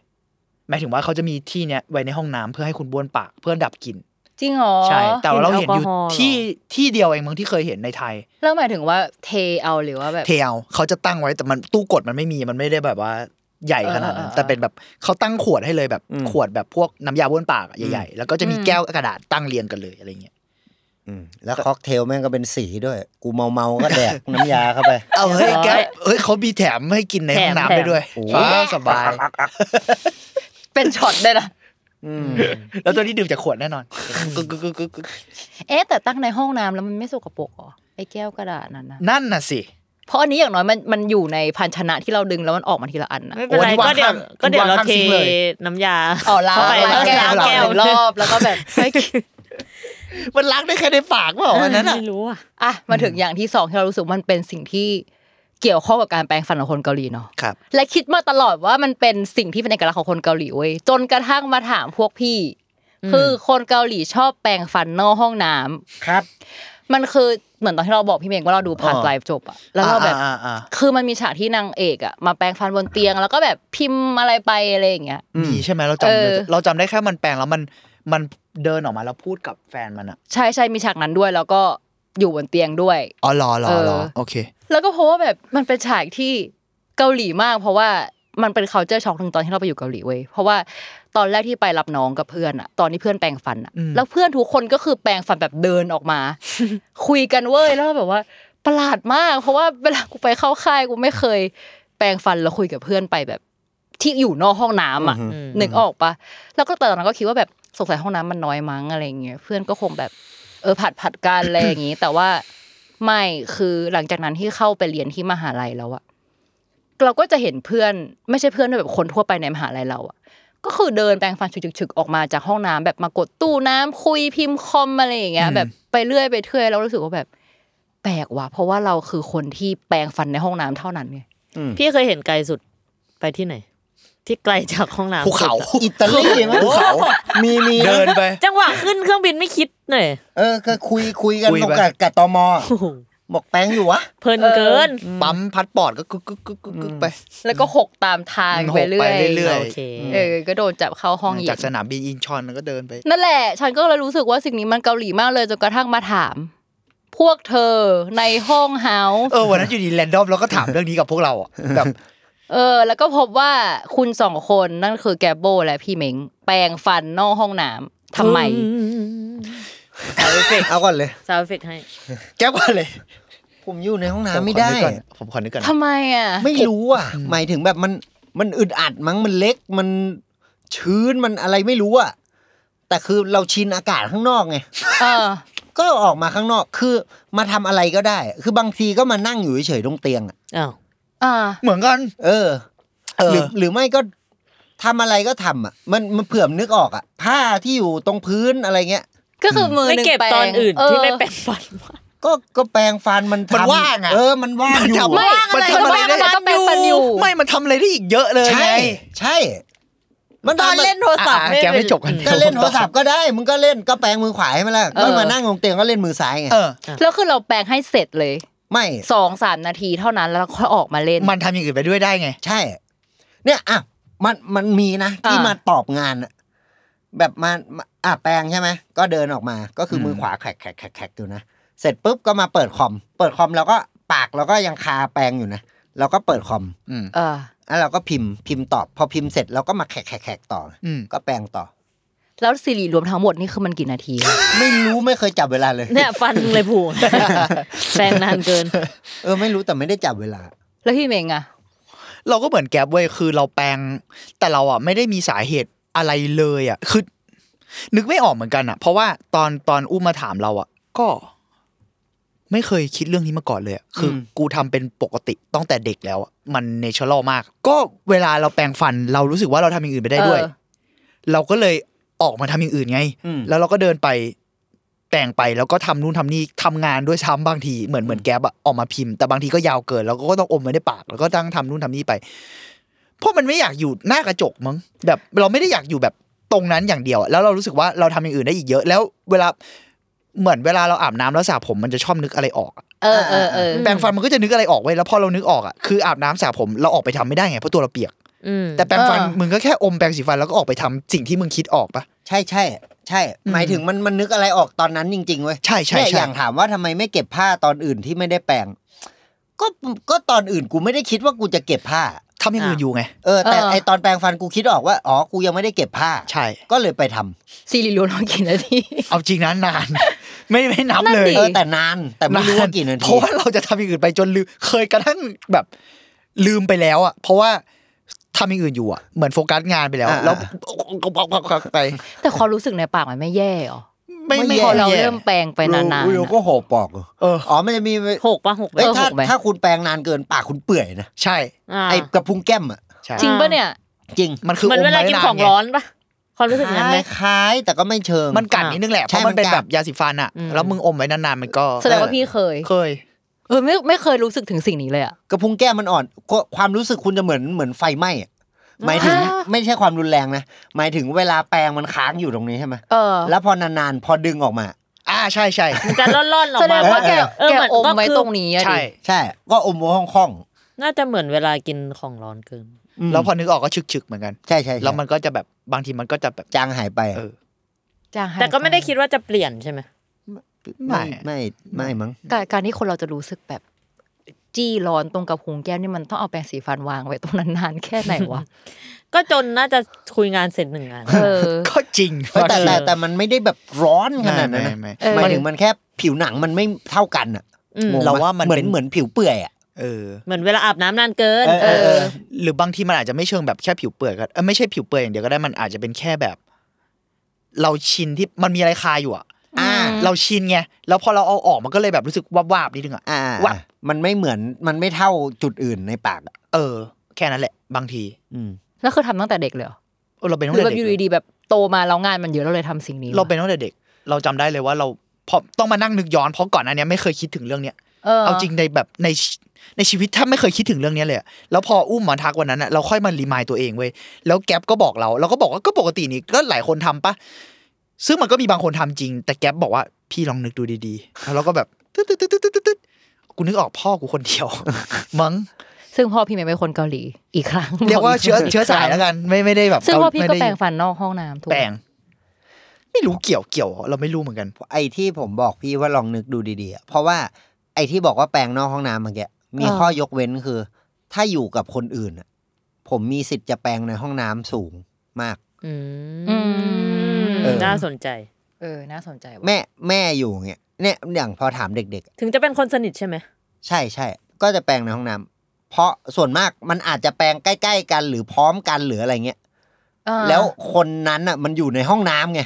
Speaker 5: หมายถึงว่าเขาจะมีที่เนี้ยไว้ในห้องน้ำเพื่อให้คุณบ้วนปากเพื่อดับกลิ่น
Speaker 2: จริงเหรอ
Speaker 5: ใช่ แต่ว่าเรา
Speaker 4: เห็
Speaker 5: เห็
Speaker 4: น
Speaker 5: น
Speaker 4: แอลกอฮอล์
Speaker 5: อยู่
Speaker 4: เหรอ
Speaker 5: ที่ที่เดียวเองมั้งที่เคยเห็นในไทย
Speaker 2: แล้วหมายถึงว่าเทเอาหรือว่าแบบ
Speaker 5: เทลเขาจะตั้งไว้แต่มันตู้กดมันไม่มีมันไม่ได้แบบว่าใหญ่ขนาด
Speaker 2: เออเออ
Speaker 5: นั้น
Speaker 2: เออ
Speaker 5: แต่เป็นแบบเขาตั้งขวดให้เลยแบบ
Speaker 3: อืม
Speaker 5: ขวดแบบพวกน้ำยาบ้วนปากอะใหญ่ๆแล้วก็จะมี
Speaker 2: อืม
Speaker 5: แก้วกระดาษตั้งเรียงกันเลยอะไรเงี้ย
Speaker 3: อืมแล้วค็อกเทลแม่งก็เป็นสีด้วย กูเมาเมาๆก็แดกน้ำยาเข้าไป
Speaker 5: เอาเฮ้ยแก้วเฮ้ยเขามีแถมให้กินในห้องน้ำได้ด้วย
Speaker 3: แถมแถม
Speaker 5: ฟ้าสบาย
Speaker 2: เป็นช็อตได้วยนะ
Speaker 3: อืม
Speaker 5: แล้วตัวนี้ดื่มจากขวดแน่นอนกึกกึกกึกกึกกึก
Speaker 2: เอ๊ะแต่ตั้งในห้องน้ำแล้วมันไม่สกปรกเหรอไอ้แก้วกระดาษนั่นนะ
Speaker 5: นั่นน่ะสิ
Speaker 2: เพราะอันนี้อย่างน้อยมันมันอยู่ในภาชนะที่เราดึงแล้วมันออกมาทีละอันนะ
Speaker 4: ไม่เป็นไร
Speaker 5: โอ้นี่วาง
Speaker 4: ก็เดี๋ยวก็เดี๋
Speaker 5: ข้าง
Speaker 4: ยวเรา
Speaker 5: วางข้าง
Speaker 4: เท
Speaker 5: ซิงค์เลย
Speaker 4: น้ำยา
Speaker 2: อ๋อล้าง
Speaker 4: เข้าไป
Speaker 2: ล้างแก้ว
Speaker 4: ล้างแก้
Speaker 2: แก้
Speaker 4: ว
Speaker 2: วรอบแล้วก็แบบให้
Speaker 5: มันล้างได้แค่ในปากเปล่าอันนั้นอ่ะ
Speaker 4: ไม่รู้อ่ะ
Speaker 2: อ่ะมาถึงอย่างที่สองที่เรารู้สึกมันเป็นสิ่งที่เกี่ยวข้องกับการแปลงฟันของคนเกาหลีเนาะ
Speaker 5: ครับ
Speaker 2: และคิดมาตลอดว่ามันเป็นสิ่งที่เป็นเอกลักษณ์ของคนเกาหลีเว้ยจนกระทั่งมาถามพวกพี่ คือคนเกาหลีชอบแปรงฟันนอกห้องน้ำ
Speaker 3: ครับ
Speaker 2: มันคือเหมือนตอนที่เราบอกพี่เมงว่าเราดูพาร์ท
Speaker 5: อ่า
Speaker 2: ไลฟ์จบอะแล้วเราแบบ
Speaker 5: อ่อ่อ่า
Speaker 2: คือมันมีฉากที่นางเอกอะมาแปรงฟันบนเตียง แล้วก็แบบพิมพ์อะไรไปอะไรอย่างเงี้ย
Speaker 5: มีใช่ไหมเรา
Speaker 2: เออ
Speaker 5: จำเราจำได้แค่มันแปลงแล้วมันมันเดินออกมาแล้วพูดกับแฟนมันอ่ะ
Speaker 2: ใช่ใช่มีฉากนั้นด้วยแล้วก็อยู่บนเตียงด้วย
Speaker 5: อ๋อเหรอเหรอเหรอ
Speaker 2: เออ
Speaker 5: โอเค
Speaker 2: แล้วก็เพราะว่าแบบมันเป็นฉากที่เกาหลีมาก เพราะว่ามันเป็น culture shock หนึ่งตอนที่เราไปอยู่เกาหลีเว้ยเพราะว่าตอนแรกที่ไปรับน้องกับเพื่อนอะตอนนี้เพื่อนแปรงฟันอะ
Speaker 5: อืม
Speaker 2: แล้วเพื่อนทุกคนก็คือแปรงฟันแบบเดินออกมา คุยกันเว้ยแล้วแบบว่าประหลาดมาก เพราะว่าเวลากูไปเข้าค่ายกูไม่เคยแปรงฟันแล้วคุยกับเพื่อนไปแบบ ที่อยู่นอกห้องน้ำอะ
Speaker 3: อือฮึ
Speaker 4: อืม
Speaker 2: นึกออกปะแล้วก็ตอนนั้นก็คิดว่าแบบสงสัยห้องน้ำมันน้อยมั้งอะไรเงี้ยเพื่อนก็คงแบบเออผัดผัดกันอะไรอย่างงี้ แต่ว่าไม่คือหลังจากนั้นที่เข้าไปเรียนที่มหาลัยแล้วอะเราก็จะเห็นเพื่อนไม่ใช่เพื่อนด้วยแบบคนทั่วไปในมหาลัยเราอะก็คือเดินแปรงฟันฉึกๆออกมาจากห้องน้ำแบบมากดตู้น้ำคุยพิมพ์คอมอะไรอย่างเงี้ย แบบไปเรื่อยไปเรื่อยแล้วรู้สึกว่าแบบ แปลกว่ะเพราะว่าเราคือคนที่แปรงฟันในห้องน้ำเท่านั้นไง
Speaker 4: พี่เคยเห็นไกลสุดไปที่ไหน ที่ไกลจากห้องน้ำ
Speaker 5: ภูเขา
Speaker 3: อิตาลีมั้ยภูเขามีมี
Speaker 5: เดินไป
Speaker 4: จังหวะขึ้นเครื่องบินไม่คิดหน่อย
Speaker 3: เออก็คุยคุยกัน
Speaker 5: คุยไป
Speaker 3: กับกับตม
Speaker 4: โอ้โห
Speaker 3: บอกแป้งอยู่วะ
Speaker 4: เพลินเกิน
Speaker 5: ปั๊มพัดปอดก็กึกกึกกึกกึกกึกไป
Speaker 2: แล้วก็หกตามทาง
Speaker 5: หก
Speaker 2: ไปเรื่
Speaker 5: ไป
Speaker 2: อย
Speaker 5: เรื่อย
Speaker 4: โอเค
Speaker 2: เออก็โดนจับเข้าห้อง
Speaker 5: ๆ
Speaker 2: เย็
Speaker 5: จาก
Speaker 2: น
Speaker 5: สนามบินอินชอนแล้วก็เดินไป
Speaker 2: นั่นแหละ ฉันก็เลยรู้สึกว่าสิ่งนี้มันเกาหลีมากเลยจนกระทั่งมาถาม พวกเธอในห้องเฮาส์
Speaker 5: เออวันนั้นอยู่ดีแรนดอมแล้วก็ถามเรื่องนี้กับพวกเราอ่ะแบบ
Speaker 2: เออ แล้วก็พบว่าคุณสองคนนั่นคือแกโบและพี่เหม้งแปรงฟันนอกห้องน้ำทำไม
Speaker 3: เอาก่อนเลย
Speaker 4: ซาวเฟกให้
Speaker 5: แก้วก่อนเลย
Speaker 3: ผมอยู่ในห้องน้ำไม่ได้
Speaker 5: ผมขอนึกก่อนผมขอนึกก่อน
Speaker 2: ทำไมอ่ะ
Speaker 3: ไม่รู้อ่ะ หมายถึงแบบมันมันอึดอัดมั้งมันเล็กมันชื้นมันอะไรไม่รู้อ่ะ แต่คือเราชินอากาศข้างนอกไง
Speaker 2: เออ
Speaker 3: ก็ออกมาข้างนอกคือมาทำอะไรก็ได้ คือบางทีก็มานั่งอยู่เฉยๆตรงเตียงอะ
Speaker 4: อ้าว
Speaker 2: อ่า
Speaker 5: เหมือนกัน
Speaker 3: เออ
Speaker 5: เออ
Speaker 3: หรือหรือไม่ก็ทำอะไรก็ทำอ่ะ มันมันเผื่อมนึกออกอ่ะ ผ้าที่อยู่ตรงพื้นอะไรเงี้ย
Speaker 2: ก็คือมือ
Speaker 4: ไม่
Speaker 2: หนึ่ง
Speaker 4: เก็บ
Speaker 2: แปรง
Speaker 4: ตอนอื่น
Speaker 2: เ
Speaker 4: ที่ไม่แปลงฟัน
Speaker 3: ก็ก็แปรงฟันมันทำ
Speaker 5: มันว่างอะ
Speaker 3: เออมันว่างอยู่
Speaker 2: ไม่
Speaker 5: มันทำอะไรได้
Speaker 2: มันก็แปลงฟันอยู่
Speaker 5: ไม่มันทำอะไรได้อีกเยอะเลย
Speaker 3: ใช่
Speaker 5: ไง
Speaker 3: ใช่ มัน
Speaker 4: ตอนเล่นโทรศัพท์
Speaker 5: อ่ะ
Speaker 4: ไม่
Speaker 5: แกไม่
Speaker 4: ได้
Speaker 5: จบกัน
Speaker 3: ก็เล่นโทรศัพท์ก็ได้มึงก็เล่นก็แปรงมือขวาให้มันละก็มานั่งตรงเตียงก็เล่นมือซ้ายไง
Speaker 5: เออ
Speaker 2: แล้วคือเราแปรงให้เสร็จเลย
Speaker 3: ไม่
Speaker 2: สองสามนาทีเท่านั้นแล้วเราค่อยออกมาเล่น
Speaker 5: มันทำอย่างอื่นไปด้วยได้ไง
Speaker 3: ใช่ เนี่ยอ่ะมันมันมีนะที่
Speaker 2: อ่าม
Speaker 3: มาตอบงานอะแบบมามาอ่ะแปลงใช่ไหมก็เดินออกมาก็คืออ
Speaker 5: ม
Speaker 3: มือขวาแขกแขกแขกแขกอยู่นะเสร็จปุ๊บก็มาเปิดคอม เปิดคอมแล้วก็ปากเราก็ยังคาแปลงอยู่นะเราก็เปิดคอม
Speaker 5: อืม
Speaker 2: เออ
Speaker 3: แล้วเราก็พิมพ์พิมพ์ตอบ พอพิมพ์เสร็จเราก็มาแขกแขกแขกต่ออ
Speaker 5: อืม
Speaker 3: ก็แปลงต่อ
Speaker 2: แล้วซีรีส์รวมทั้งหมดนี่คือมันกี่นาที
Speaker 3: ไม่รู้ไม่เคยจับเวลาเลย
Speaker 4: เนี่ยฟันเลยผูก แปลงนานเกิน
Speaker 3: เออไม่รู้แต่ไม่ได้จับเวลา
Speaker 2: แล้วพี่เหม้งอ่ะ
Speaker 5: เราก็เหมือนแก๊บเว้ยคือเราแปลง แต่เราอ่ะไม่ได้มีสาเหตุอะไรเลยอ่ะคือ นึกไม่ออกเหมือนกันอ่ะ เพราะว่าตอนตอนอุ้มมาถามเราอ่ะ ก็ ไม่เคยคิดเรื่องนี้มาก่อนเลยอะคืออ
Speaker 3: ม
Speaker 5: กูทำเป็นปกติตั้งแต่เด็กแล้วอะมันเนเชอรัลมาก ก็เวลาเราแปรงฟันเรารู้สึกว่าเราทำอย่างอื่นไปได้ด้วย
Speaker 2: เออ
Speaker 5: เราก็เลยออกมาทำอย่างอื่นไง
Speaker 3: อืม
Speaker 5: แล้วเราก็เดินไปแปลงไปแล้วก็ทำนู่นทำนี่ทำงานด้วยซ้ำบางทีเหมือนเหมือนแกบอะออกมาพิมพ์แต่บางทีก็ยาวเกิน แล้วก็ต้องอมไว้ในปาก แล้วก็ตั้งทำนู่นทำนี่ไป เพราะมันไม่อยากอยู่หน้ากระจกมั้งแบบเราไม่ได้อยากอยู่แบบตรงนั้นอย่างเดียวอะแล้วเรารู้สึกว่าเราทำอย่างอื่นได้อีกเยอะ แล้วเวลาเหมือนเวลาเราอาบน้ำแล้วสระผมมันจะชอบนึกอะไรออกอะ
Speaker 2: เออเออเออ
Speaker 5: แปรงฟันมันก็จะนึกอะไรออกไว้ยแล้วพอเรานึกออกอ่ะคืออาบน้ำสระผมเราออกไปทำไม่ได้ไงเพราะตัวเราเปียก
Speaker 4: อืม
Speaker 5: แต่แปรงฟัน
Speaker 2: เออ
Speaker 5: มึงก็แค่อมแปรงสีฟันแล้วก็ออกไปทำสิ่งที่มึงคิดออกปะ
Speaker 3: ใช่ใช่ใช่ หมายถึงมันมันนึกอะไรออกตอนนั้นจริงๆเว้ย
Speaker 5: ใช่ใช่
Speaker 3: เนี่ย
Speaker 5: ใช่
Speaker 3: อย่างถามว่าทำไมไม่เก็บผ้าตอนอื่นที่ไม่ได้แปรงก็ก็ตอนอื่นกูไม่ได้คิดว่ากูจะเก็บผ้า
Speaker 5: ทำอย่างอื่นอยู่ไง
Speaker 3: เออ แต่
Speaker 2: เออ
Speaker 3: ไอตอนแปรงฟันกูคิดออกว่าอ๋อกูยังไม่ได้เก็บผ้า
Speaker 5: ใช่
Speaker 3: ก็เลยไปทำ
Speaker 2: ซีรีส์รู้น้องกี่นาที
Speaker 5: เอาจริงนะนาน ไม่ไม่นับ
Speaker 2: นั่น
Speaker 5: เลย
Speaker 2: ดิ
Speaker 3: เออแต่นานแต่ไม่รู้ว่ากี่นา
Speaker 5: เพ
Speaker 3: ที
Speaker 5: ราะว่าเราจะทำอย่างอื่นไปจนลืมเคยกระทั่งแบบลืมไปแล้วอ่ะ เพราะว่าทำอย่างอื่นอยู่อ่ะ เหมือนโฟกัสงานไปแล้วอะแล้วไป
Speaker 2: แต่ความรู้สึกในปากมันไม่แย่หรอ
Speaker 5: ไม่ไม่
Speaker 2: พอ
Speaker 5: แย่
Speaker 2: เราเริ่มแปลงไปนาน
Speaker 3: วิว
Speaker 2: ๆ
Speaker 3: ก็
Speaker 2: อะ
Speaker 3: โหปอก
Speaker 5: เออ
Speaker 3: อ๋อมันจะมี
Speaker 4: หกปะหกไหม
Speaker 3: เอ้ย
Speaker 2: ห
Speaker 3: ถ้า
Speaker 2: กไหม
Speaker 3: ถ้าคุณแปรงนานเกินปากคุณเปื่อยนะ
Speaker 5: ใช่
Speaker 4: า
Speaker 3: ไอกระพุ้งแก้มอ่ะ
Speaker 5: ใช่
Speaker 2: จริงปะเนี่ย
Speaker 3: จริง
Speaker 5: มันคือ
Speaker 4: มัน
Speaker 5: อม
Speaker 4: เวลา
Speaker 5: ไว้
Speaker 4: กิน
Speaker 5: นาน
Speaker 4: ของ
Speaker 5: ไง
Speaker 4: ร้อนปะความรู้สึก
Speaker 3: ค
Speaker 4: นั้นไหม
Speaker 3: ล้ายๆแต่ก็ไม่เชิง
Speaker 5: มันกัดนิดนึงแหละ เพ
Speaker 3: ใช่
Speaker 5: ราะมันเป็น
Speaker 3: มันกัด
Speaker 5: แบบยาสีฟันอ่ะ
Speaker 2: อืม
Speaker 5: แล้วมึงอมไว้นานๆมันก็
Speaker 2: แสดงว่าพี่เคย
Speaker 5: เคย
Speaker 2: เออไม่ไม่เคยรู้สึกถึงสิ่งนี้เลยอ่ะ
Speaker 3: กระพุ้งแก้มมันอ่อนก็ความรู้สึกคุณจะเหมือนเหมือนไฟไหม้อะหมายถึง
Speaker 2: อ่า
Speaker 3: ไม่ใช่ความรุนแรงนะ หมายถึงเวลาแปรงมันค้างอยู่ตรงนี้ใช่ไหม
Speaker 2: เออ
Speaker 3: แล้วพอนานๆ พอดึงออกมา
Speaker 5: อ่าใช่ใช่
Speaker 4: มันจะร่อนๆออก
Speaker 2: แสด
Speaker 4: มาง
Speaker 2: ว่าแก
Speaker 4: เออ
Speaker 2: แก
Speaker 4: เหมือน
Speaker 2: อม
Speaker 4: ก็
Speaker 2: ไว้
Speaker 4: คือ
Speaker 2: ตรงนี้อะ
Speaker 5: ใช่
Speaker 2: ดิ
Speaker 3: ใช่ ก็อมหัวห้องข้อง
Speaker 4: น่าจะเหมือนเวลากินของร้อนเกิน
Speaker 3: ๆม
Speaker 5: แล้วพอนึกออกก็ชึกๆเหมือนกัน
Speaker 3: ใช่ใช่ใช่
Speaker 5: แล้วมันก็จะแบบบางทีมันก็จะแบบ
Speaker 3: จางหายไป
Speaker 5: เออ
Speaker 4: แต่ก็ไม่ได้คิดว่าจะเปลี่ยนใช่ไหม
Speaker 5: ไม่
Speaker 3: ไม่ไม่ไม่มั้ง
Speaker 2: การการที่คนเราจะรู้สึกแบบ จี้ร้อนตรงกับพุงแก้มนี่มันต้องเอาแปรงสีฟันวางไว้ตรงนั้นนานแค่ไหนวะ
Speaker 4: ก็จนน่าจะคุยงานเสร็จหนึ่งงาน
Speaker 2: เออ
Speaker 5: ก็จริง
Speaker 3: เออแต่แต่แต่มันไม่ได้แบบร้อนขนาดนั้นนะ
Speaker 5: ไม่ไม่
Speaker 2: เออ
Speaker 3: หมายถึงมันแค่ผิวหนังมันไม่เท่ากันอ่ะ
Speaker 4: อืม
Speaker 3: งงปะ
Speaker 5: เราว่ามัน
Speaker 3: เหมือ
Speaker 5: เป็น น
Speaker 3: เหมือนผิวเปื่อยอ่ะ
Speaker 5: เออ
Speaker 4: เหมือนเวลาอาบน้ำนานเกิน
Speaker 3: เออเออเออ
Speaker 5: หรือบางทีมันอาจจะไม่เชิงแบบแค่ผิวเปื่อยก็เอ้ยไม่ใช่ผิวเปื่อยอย่างเดียวก็ได้มันอาจจะเป็นแค่แบบ เราชินที่มันมีอะไรคาอยู่อะ
Speaker 3: อ่า
Speaker 5: เราชินไงแล้วพอเราเอาออกมันก็เลยแบบรู้สึกวับวาบๆนิดนึงอะ
Speaker 3: อ่า
Speaker 5: ว่ะ
Speaker 3: มันไม่เหมือนมันไม่เท่าจุดอื่นในปากอ่ะ
Speaker 5: เออ แค่นั้นแหละ บางที
Speaker 3: อืม
Speaker 2: แล้วคือทำตั้งแต่เด็กเลยเหรอ
Speaker 5: เออเราเป็นตั้
Speaker 2: ห
Speaker 5: ง
Speaker 2: รือ
Speaker 5: แต่
Speaker 2: แบบอก
Speaker 5: เด็
Speaker 2: ยู่
Speaker 5: เลย
Speaker 2: ดีๆแบบโตมาแล้วงานมันเยอะเราเลยทำสิ่งนี้วะ
Speaker 5: เราเป็นตั้งแต่เด็ก เราจำได้เลยว่าเราพอต้องมานั่งนึกย้อนเพราะก่อนอันเนี้ยไม่เคยคิดถึงเรื่องเนี้ย
Speaker 2: เออ
Speaker 5: เอาจริงในแบบในชีในชีวิตถ้าไม่เคยคิดถึงเรื่องเนี้ยเลยอะแล้วพออุ้มมาทักวันนั้นอะเราค่อยมารีมายตัวเองเว้ยแล้วแก๊ปก็บอกเราเราก็บอกว่าก็ปกตินี่ก็หลายคนทำปะ ซึ่งมันก็มีบางคนทำจริง แต่แก๊ปบอกว่าพี่ลองนึกดูดีๆ แล้วเราก็แบบตึ๊ดตึ๊ดตึ๊ดตึ๊ดตึ๊ดกูนึกออกพ่อกูคนเดียว มั้ง
Speaker 2: ซึ่งพ่อพี่ไม่เป็นคนเกาหลีอีกครั้ง
Speaker 5: เรียกว่าเชื้อเชื้อสายแล้วกัน ไม่ไม่ได้แบบ
Speaker 2: ซึ่งพ่อพี่ก็
Speaker 5: ไม่ได้
Speaker 2: แปรงฟันนอกห้องน้ำถูก
Speaker 5: แปลง ไม่รู้เกี่ยวเกี่ยวเราไม่รู้เหมือนกัน
Speaker 3: ไอ้ที่ผมบอกพี่ว่าลองนึกดูดีๆอะเพราะว่าไอ้ที่บอกว่าแปลงนอกห้องน้ำเมื่อกี้มีข้อยกเว้นคือ ถ้าอยู่กับคนอื่นอะผมมีสิทธิ์จะแปลงในห้องน้ำสูงมาก
Speaker 4: อืม
Speaker 2: อืม
Speaker 3: เออ
Speaker 4: น่าสนใจ
Speaker 2: เออน่าสนใจว่ะ
Speaker 3: แม่แม่อยู่เงี้ยเนี่ยอย่างพอถามเด็ก
Speaker 4: ถึงจะเป็นคนสนิทใช่ไหม
Speaker 3: ๆ ใช่ใช่ก็จะแปลงในห้องน้ำเพราะส่วนมากมันอาจจะแปลงใกล้ ๆ กันหรือพร้อมกันหรืออะไรเงี้ย
Speaker 2: อ่า
Speaker 3: แล้วคนนั้นอ่ะมันอยู่ในห้องน้ำไง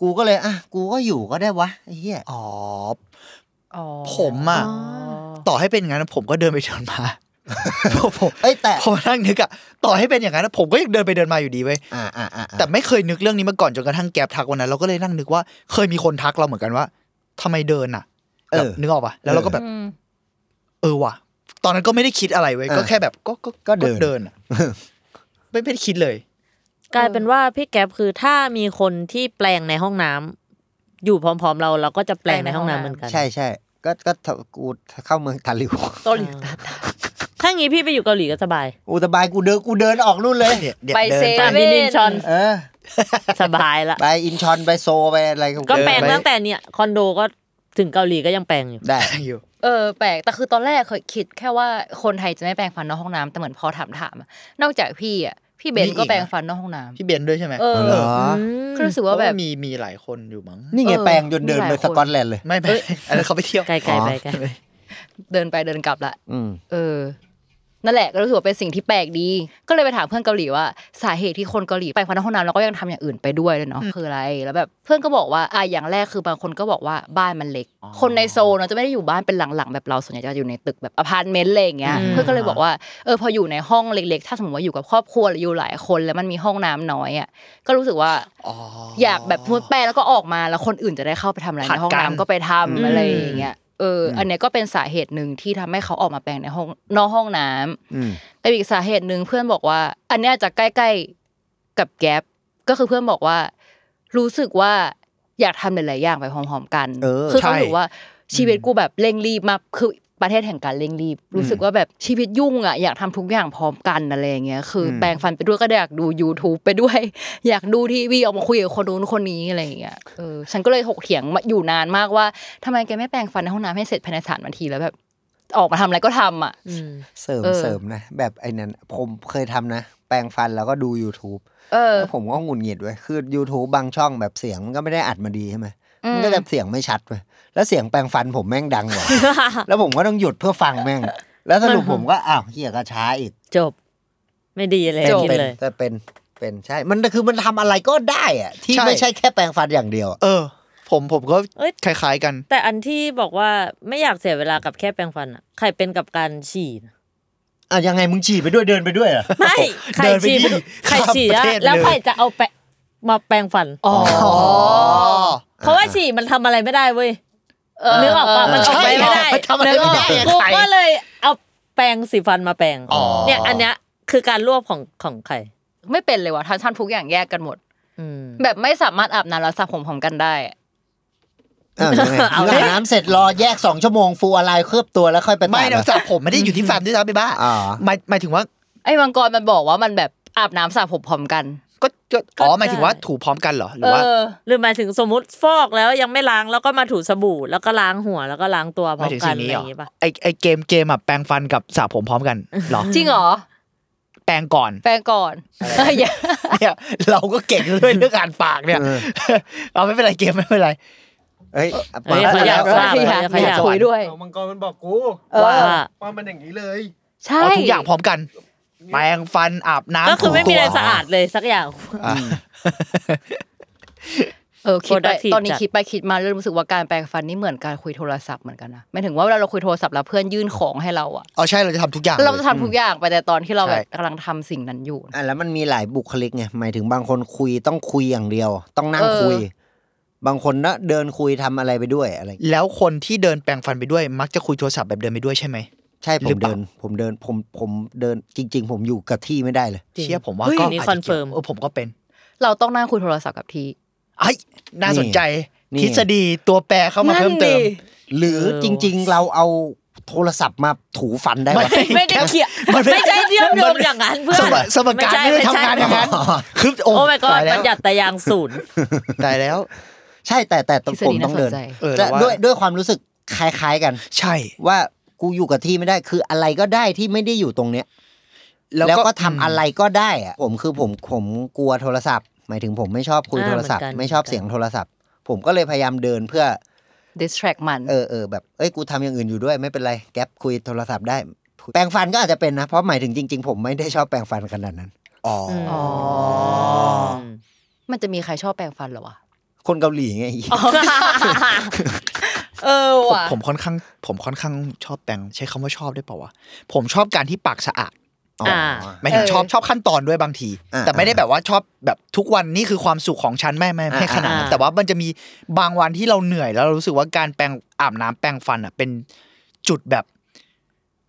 Speaker 3: กูก็เลยอ่ะกูก็อยู่ก็ได้วะไอ้เหี้ย
Speaker 5: อ๋อ
Speaker 2: อ๋อ
Speaker 5: ผมอะ ต่อให้เป็นอย่างนั้นผมก็เดินไปเดินมา ผมผม
Speaker 3: เอ้ย แต่
Speaker 5: พอมานั่งนึกอะต่อให้เป็นอย่างนั้นผมก็ยังเดินไปเดินมาอยู่ดีเว้ย
Speaker 3: อ่าอ่าอ่าอ่า
Speaker 5: แต่ไม่เคยนึกเรื่องนี้มาก่อนจนกระทั่งแกบทักวันนั้นเราก็เลยนั่งนึกว่าเคยมีคนทักเราเหมือนกันว่าทำไมเดินอะ
Speaker 3: เอ
Speaker 5: แบบ
Speaker 3: อ
Speaker 5: นึกออกปะแล้วเราก็แบบ
Speaker 2: อืม
Speaker 5: เออว่ะ ตอนนั้นก็ไม่ได้คิดอะไรเว้ย
Speaker 3: เออ
Speaker 5: ก็แค่แบบก็ก็
Speaker 3: ก็เดิน
Speaker 5: เดินอะไม่ไม่ได้คิดเลย
Speaker 4: กลายเป็นว่าพี่แก๊ปคือถ้ามีคนที่แปลงในห้องน้ำอยู่พร้อม ๆ เราเราก็จะแปลงในห้องน้ำเหมือนกัน
Speaker 3: ใช่ใช่ก็ก็ถ้ากูเข้าเมืองตาลิว
Speaker 4: เกาหลีถ้างี้พี่ไปอยู่เกาหลีก็สบาย
Speaker 3: อุตบายกูเดินกูเดินออกนู่นเลย
Speaker 5: เนี่ยเนี่ย
Speaker 2: ไป
Speaker 5: เดิน
Speaker 2: เซ
Speaker 5: ไป
Speaker 4: ตามพี่นินชอน
Speaker 3: เออ
Speaker 4: สบายละ
Speaker 3: ไปอินชอนไปโซไปอะไรของ
Speaker 4: ก็แปลงตั้งแต่เนี่ยคอนโดก็ถึงเกาหลีก็ยังแปลงอยู่
Speaker 3: ได้
Speaker 5: อยู่
Speaker 2: เออแปลกแต่คือตอนแรกเคยคิดแค่ว่าคนไทยจะไม่แปรงฟันนอกห้องน้ำแต่เหมือนพอถามถามอะนอกจากพี่อ่ะพี่เบนก็
Speaker 5: มีอีกอะ
Speaker 2: แปรงฟันนอกห้องน้ำ
Speaker 5: พี่เบนด้วยใช่ไหม
Speaker 2: เออ
Speaker 3: เหรอ
Speaker 2: ก็รู้สึกว่าแบบ
Speaker 5: มีมีหลายคนอยู่มั้ง
Speaker 3: นี่ไง
Speaker 2: เออ
Speaker 3: แปลงจนเดิน
Speaker 2: มี
Speaker 3: ไป
Speaker 2: หลายคน
Speaker 3: สกอตแลนด์เลย
Speaker 5: ไม่ไปอันนั้นเขาไปเที่ยว
Speaker 4: ไกลๆไปไกล
Speaker 5: อ๋อ
Speaker 2: เดินไปเดินกลับละ
Speaker 3: อืม
Speaker 2: เออ นั่นแหละก็รู้สึกว่าเป็นสิ่งที่แปลกดี ก็เลยไปถามเพื่อนเกาหลีว่าสาเหตุที่คนเกาหลีไปพักห้องน้ำแล้วก็ยังทำอย่างอื่นไปด้วยเลยเนาะคืออะไรแล้วแบบเพื่อนก็บอกว่าอ่ะอย่างแรกคือบางคนก็บอกว่าบ้านมันเล็ก คนในโซนเนาะจะไม่ได้อยู่บ้านเป็นหลังๆแบบเราส่วนใหญ่จะอยู่ในตึกแบบอพาร์ตเมนต์อะไรอย่างเงี้ย
Speaker 4: อืม
Speaker 2: เพื่อนก็เลยบอกว่าเออพออยู่ในห้องเล็ก ๆ ถ้าสมมติว่าอยู่กับครอบครัวหรืออยู่หลายคนแล้วมันมีห้องน้ำน้อยอ่ะก็รู้สึกว่า
Speaker 5: อ๋อ
Speaker 2: อยากแบบพูดแปลแล้วก็ออกมาแล้วคนอื่นจะได้เข้าไปทำอะไรในห้องน้ำก็ไปทำอะไรอย่างเงี้ยเอออ อันเนี้ยก็เป็นสาเหตุหนึ่งที่ทำให้เขาออกมาแปลงในห้องนอกห้องน้ำ
Speaker 3: อืม
Speaker 2: แต่อีกสาเหตุหนึ่งเพื่อนบอกว่า อันเนี้ยจะใกล้ๆกับแก๊ปก็คือเพื่อนบอกว่า รู้สึกว่าอยากทำหลายๆอย่างไปพร้อมๆกัน
Speaker 3: เออ
Speaker 2: คือเขาถือว่าชีวิตกูแบบเร่งรีบมากคือประเทศแห่งการเร่งรีบ รู้สึกว่าแบบชีวิตยุ่งอ่ะอยากทำทุกอย่างพร้อมกันอะไรอย่างเงี้ยคืออ
Speaker 3: ม
Speaker 2: แปลงฟันไปด้วยก็ได้อยากดู YouTube ไปด้วย อยากดูทีวีออกมาคุยกับคนนู้นคนนี้อะไรอย่างเงี้ย เออ ฉันก็เลยหกเถียงมาอยู่นานมากว่าทำไมแกไม่แปรงฟันในห้องน้ำให้เสร็จภายในสามนาทีแล้วแบบออกมาทำอะไรก็ทำอ่ะ
Speaker 4: อืม
Speaker 3: เสริม
Speaker 2: เออ
Speaker 3: เสริมนะ แบบไอ้นั้นผมเคยทำนะ แปรงฟันแล้วก็ดู YouTube
Speaker 2: เออ
Speaker 3: แล้วผมก็หงุดหงิดเว้ยคือ YouTube บางช่องแบบเสียงมันก็ไม่ได้อัดมาดีใช่ไหมมันก็แบบเสียงไม่ชัดเว้ยแล้วเสียงแปรงฟันผมแม่งดังกว่า แล้วผมก็ต้องหยุดเพื่อฟังแม่ง แล้วสรุป
Speaker 4: มัน
Speaker 3: ผมก็อ้าวเหี้ยก็ช้าอีก
Speaker 4: จบ ไม่ดีเลย
Speaker 2: จบ
Speaker 4: กิน
Speaker 3: เป็น
Speaker 4: เลย
Speaker 3: แต่เป็นเป็นใช่ มันคือมันทำอะไรก็ได้อะที่ไม่ใช่แค่แปรงฟันอย่างเดียวอะ
Speaker 5: เออ ผมผมก็
Speaker 4: เอ้ย
Speaker 5: คล้าย ๆกัน
Speaker 4: แต่อันที่บอกว่าไม่อยากเสียเวลากับแค่แปรงฟันอะใครเป็นกับการฉีด
Speaker 3: อ่ะยังไงมึงฉี่ไปด้วยเดินไปด้วยเหรอ
Speaker 4: ไม่ไข่
Speaker 5: เดินไป
Speaker 4: ฉีด
Speaker 5: ที่
Speaker 4: ไข่ฉีด
Speaker 5: ข้า
Speaker 4: อะ
Speaker 5: มประเทศ
Speaker 4: แล้ว
Speaker 5: เลย
Speaker 4: ไข่จะเอาแปะมาแปรงฟัน
Speaker 2: อ๋อ
Speaker 4: เพราะว่าฉีดมันทำอะไรไม่ได้เว้ย
Speaker 2: เออ
Speaker 4: นึกออกปะมันออกไปไม่ได้
Speaker 3: ใช่มันทำอะไรไม่ได้อะ
Speaker 4: กู
Speaker 3: ไข่
Speaker 4: ก็เลยเอาแปรงสีฟันมาแปรง
Speaker 5: อ๋อ
Speaker 4: เนี่ยอันเนี้ยคือการรวบของของไข่
Speaker 2: ไม่เป็นเลยว่ะทั้งท่านทุกอย่างแยกกันหมด
Speaker 4: อืม
Speaker 2: แบบไม่สามารถอาบน้ำแล้วสระผมพร้อมกันได้อะ
Speaker 3: อ้าวยังไงอา
Speaker 4: เอา
Speaker 3: บ
Speaker 4: เลย
Speaker 3: น้ำเสร็จรอแยกสองชั่วโมงฟูอะไรเคลือบตัวแล้วค่อยไป
Speaker 5: ไม่
Speaker 3: ตัดเหร
Speaker 5: นะ
Speaker 3: อ
Speaker 5: สระผมไม่ได้อยู่ที่ฟาร์มด้วยนะไปบ้า
Speaker 3: อ๋อ
Speaker 5: หมายหมายถึงว่า
Speaker 2: ไอ้มังกรมันบอกว่ามันแบบอาบน้ำสระผมพร้อมกัน
Speaker 5: ก็ก็อ๋อ
Speaker 4: ก็
Speaker 5: หมายถึงว่าถูพร้อมกันเหรอหรื
Speaker 2: เอ
Speaker 5: อว่า
Speaker 2: อ
Speaker 4: หรือหมายถึงสมมติฟอกแล้วยังไม่ล้างแล้วก็มาถูสบู่ แล้วก็ล้างหัวแล้วก็ล้างตัวพ
Speaker 5: ห
Speaker 4: ร้
Speaker 5: มา
Speaker 4: อย ม
Speaker 5: ถึง
Speaker 4: กัน
Speaker 5: สิ่ง
Speaker 4: อะ
Speaker 5: นี้
Speaker 4: ไรอ
Speaker 5: เหรอย่าง
Speaker 4: งี้ปะ
Speaker 5: ไอไอเกมเกมอะแปรงฟันกับสระผมพร้อมกันเหรอ
Speaker 2: จริงเหรอ
Speaker 5: แปรงก่อน
Speaker 2: แปรงก่อนเฮ้ยอย่า
Speaker 5: เนี่ยเราก็เก่งด้วยเรื่องอ่านปาก เนี่ย
Speaker 3: เออ
Speaker 5: เอาไม่เป็นไรเกมไม่เป็นไร
Speaker 3: เอ้ย
Speaker 4: เฮ้ย
Speaker 3: มา
Speaker 4: เขา
Speaker 3: แล้ว
Speaker 4: อยากทราบ
Speaker 2: อ
Speaker 4: เลย
Speaker 2: ย่า
Speaker 4: เขาอ
Speaker 2: อาย
Speaker 4: ยาก ก
Speaker 2: คุยด้วย
Speaker 6: เอามังกรมันบอกกู
Speaker 2: เออ
Speaker 4: ว่า
Speaker 6: ว่ามันอย่างนี้เลย
Speaker 2: ใช่
Speaker 5: อ๋อทุกอย่างพร้อมกัน แปรงฟันอาบน้ำ
Speaker 4: ก็คือไม่มีอะไร
Speaker 5: ถูตัว
Speaker 4: สะอาดเลยสักอย่าง
Speaker 5: อ่ะ
Speaker 2: เออคิดไป
Speaker 4: productive
Speaker 2: ตอนนี้
Speaker 4: จัด
Speaker 2: คิดไปคิดมาเริ่มรู้สึกว่าการแปลงฟันนี่เหมือนการคุยโทรศัพท์เหมือนกันนะหมายถึงว่าเวลาเราคุยโทรศัพท์แล้วเพื่อนยื่นของให้เราอะ
Speaker 5: อ๋อใช่เราจะทำทุกอย่าง
Speaker 2: เราจะ
Speaker 5: ลย
Speaker 2: ทำทุกอย่างไปแต่ตอนที่เรา
Speaker 5: ใช่
Speaker 2: แบบกำลังทำสิ่งนั้นอยู่
Speaker 3: อ่ะแล้วมันมีหลายบุคลิกไงหมายถึงบางคนคุยต้องคุยอย่างเดียว ต้องนั่งคุย
Speaker 2: เออ
Speaker 3: บางคนนะเดินคุยทำอะไรไปด้วยอะไร
Speaker 5: แล้วคนที่เดินแปรงฟันไปด้วย มักจะคุยโทรศัพท์แบบเดินไปด้วยใช่ไหม
Speaker 3: ใช่ผ
Speaker 5: หรือ
Speaker 3: ม
Speaker 5: เปล่า
Speaker 3: เดิน ผมเดินผมผมเดินจริง ๆ ผมอยู่กับที่ไม่ได้เลย
Speaker 4: จริง
Speaker 5: เชื่อผมว่า
Speaker 4: เฮ้ย
Speaker 5: ก็
Speaker 4: อันนี้
Speaker 5: อาจจะ
Speaker 4: คอนเฟิร์ม
Speaker 5: เออผมก็เป็น
Speaker 2: เราต้องนั่งคุยโทรศัพท์กับที
Speaker 5: ไอ้ยน่าสนใจ
Speaker 3: นี่
Speaker 5: ทฤษฎีตัวแปรเข้ามาเพิ่มเติม
Speaker 3: หรือจริง ๆ เราเอาโทรศัพท์มาถูฟันได้ไหม
Speaker 4: ไม่ได้เขี่ย
Speaker 5: มันไม่
Speaker 4: ไม่ใช่เยี่ยมโยมอย่างนั้นเพื่อน
Speaker 5: สมสมการไม่ได้ทำงานอย่างนั้นคือโอ้
Speaker 4: โอ้ my god
Speaker 5: ตายแล้
Speaker 4: บั
Speaker 5: ว
Speaker 4: ญญัติตายางศูนย์
Speaker 5: ตายแล้ว
Speaker 3: ใช่แต่แต่
Speaker 2: ท
Speaker 3: ต้อ
Speaker 2: ฤ
Speaker 3: ง
Speaker 2: ษ
Speaker 3: ผม
Speaker 2: ฎี
Speaker 3: ต้
Speaker 2: น่า
Speaker 3: อง
Speaker 2: สน
Speaker 3: เดิน
Speaker 2: ใจ
Speaker 5: เออ
Speaker 3: จะ
Speaker 5: แต่า
Speaker 3: ด้วยด้วยความรู้สึกคล้าย ๆกัน
Speaker 5: ใช่
Speaker 3: ว่ากูอยู่กับที่ไม่ได้คืออะไรก็ได้ที่ไม่ได้อยู่ตรงเนี้ย แล้วก็ทำอะไรก็ได้อะผมคือผมผมกลัวโทรศัพท์ หมายถึงผมไม่ชอบคุย
Speaker 4: อ่า
Speaker 3: โทรศัพท์
Speaker 4: เหมือนกัน
Speaker 3: ไม่ชอบเสียงโทรศัพท์ ผมก็เลยพยายามเดินเพื่อ
Speaker 2: distract มัน
Speaker 3: เออเออแบบเอ้ยกูทำอย่างอื่นอยู่ด้วยไม่เป็นไรแก๊ปคุยโทรศัพท์ได้ แปรงฟันก็อาจจะเป็นนะ เพราะหมายถึงจริง ๆ ผมไม่ได้ชอบแปรงฟันขนาดนั้น
Speaker 5: อ๋ออ
Speaker 4: ม
Speaker 2: อ๋ออมันจะมีใครชอบแปรงฟันเหรอวะ
Speaker 3: คนเกาหลีไง
Speaker 2: เออ
Speaker 5: ผม
Speaker 2: ว่ะ
Speaker 5: ผมค่อนข้าง ผมค่อนข้างชอบแปรงใช้คำว่าชอบได้เปล่าวะผมชอบการที่ปากสะอาด
Speaker 4: อ่า
Speaker 5: หมายถึง
Speaker 2: เออ
Speaker 5: ชอบชอบขั้นตอนด้วยบางที
Speaker 3: อ่า
Speaker 5: แต่ไม่ได้แบบว่าชอบแบบทุกวันนี่คือความสุขของฉันไม่ไม่ไม่
Speaker 3: อ่า
Speaker 5: ขนาดนั้น
Speaker 4: อ่า
Speaker 5: แต่ว่ามันจะมีบางวันที่เราเหนื่อยแล้วเรารู้สึกว่าการแปรงอาบน้ำแปรงฟันอ่ะเป็นจุดแบบ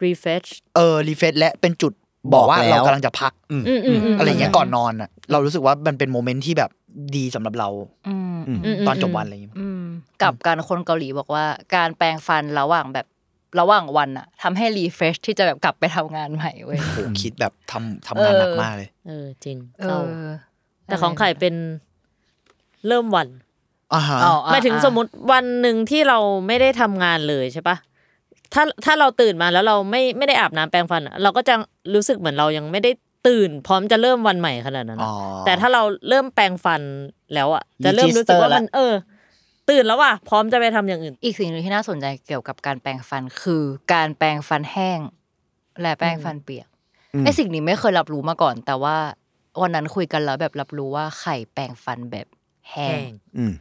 Speaker 4: refresh
Speaker 5: เออรีเฟซและเป็นจุดบอกว่าเรากำลังจะพัก
Speaker 4: อืมอืมม
Speaker 5: อะไรอย่างเงี้ยก่อนนอนอ่ะเรารู้สึกว่ามันเป็นโมเมนต์ที่แบบดีสำหรับเรา
Speaker 2: อืม
Speaker 4: มม
Speaker 5: ตอนจบวันอะไรอย่างเงี้ย
Speaker 2: อืมกับการคนเกาหลีบอกว่าการแปรงฟันระหว่างแบบระหว่างวันอะทำให้ refresh ที่จะแบบกลับไปทำงานใหม่เว้ย
Speaker 5: โหคิดแบบทำทำงานหนักมากเลย
Speaker 4: เออจริง
Speaker 2: เอ
Speaker 4: เข้า
Speaker 2: อ
Speaker 4: แต่ของไข่เป็นเริ่มวัน
Speaker 5: อ่าฮะ
Speaker 2: อ๋อ
Speaker 4: หมายถึง
Speaker 2: อ่ะ
Speaker 4: สมมติวันหนึ่งที่เราไม่ได้ทำงานเลยใช่ปะถ้าถ้าเราตื่นมาแล้วเราไม่ไม่ได้อาบน้ำแปรงฟันอะเราก็จะรู้สึกเหมือนเรายังไม่ได้ตื่น พร้อมจะเริ่มวันใหม่ขนาดนั้นอะ
Speaker 5: อ๋อ
Speaker 4: แต่ถ้าเราเริ่มแปรงฟันแล้วอ่ะจะเริ่มรู้สึกว่ามันเออ ตื่นแล้วว่ะพร้อมจะไปทำอย่างอื่น
Speaker 2: อีกสิ่งหนึ่งที่น่าสนใจเกี่ยวกับการแปรงฟันคือ การแปรงฟันแห้ง และแป้งฟันเปียก
Speaker 1: อืม
Speaker 2: ไอสิ่งนี้ไม่เคยรับรู้มาก่อน แต่ว่าวันนั้นคุยกันแล้วแบบรับรู้ว่าไข่แปรงฟันแบบแห้
Speaker 4: แห้
Speaker 2: ง
Speaker 4: ง
Speaker 1: อืม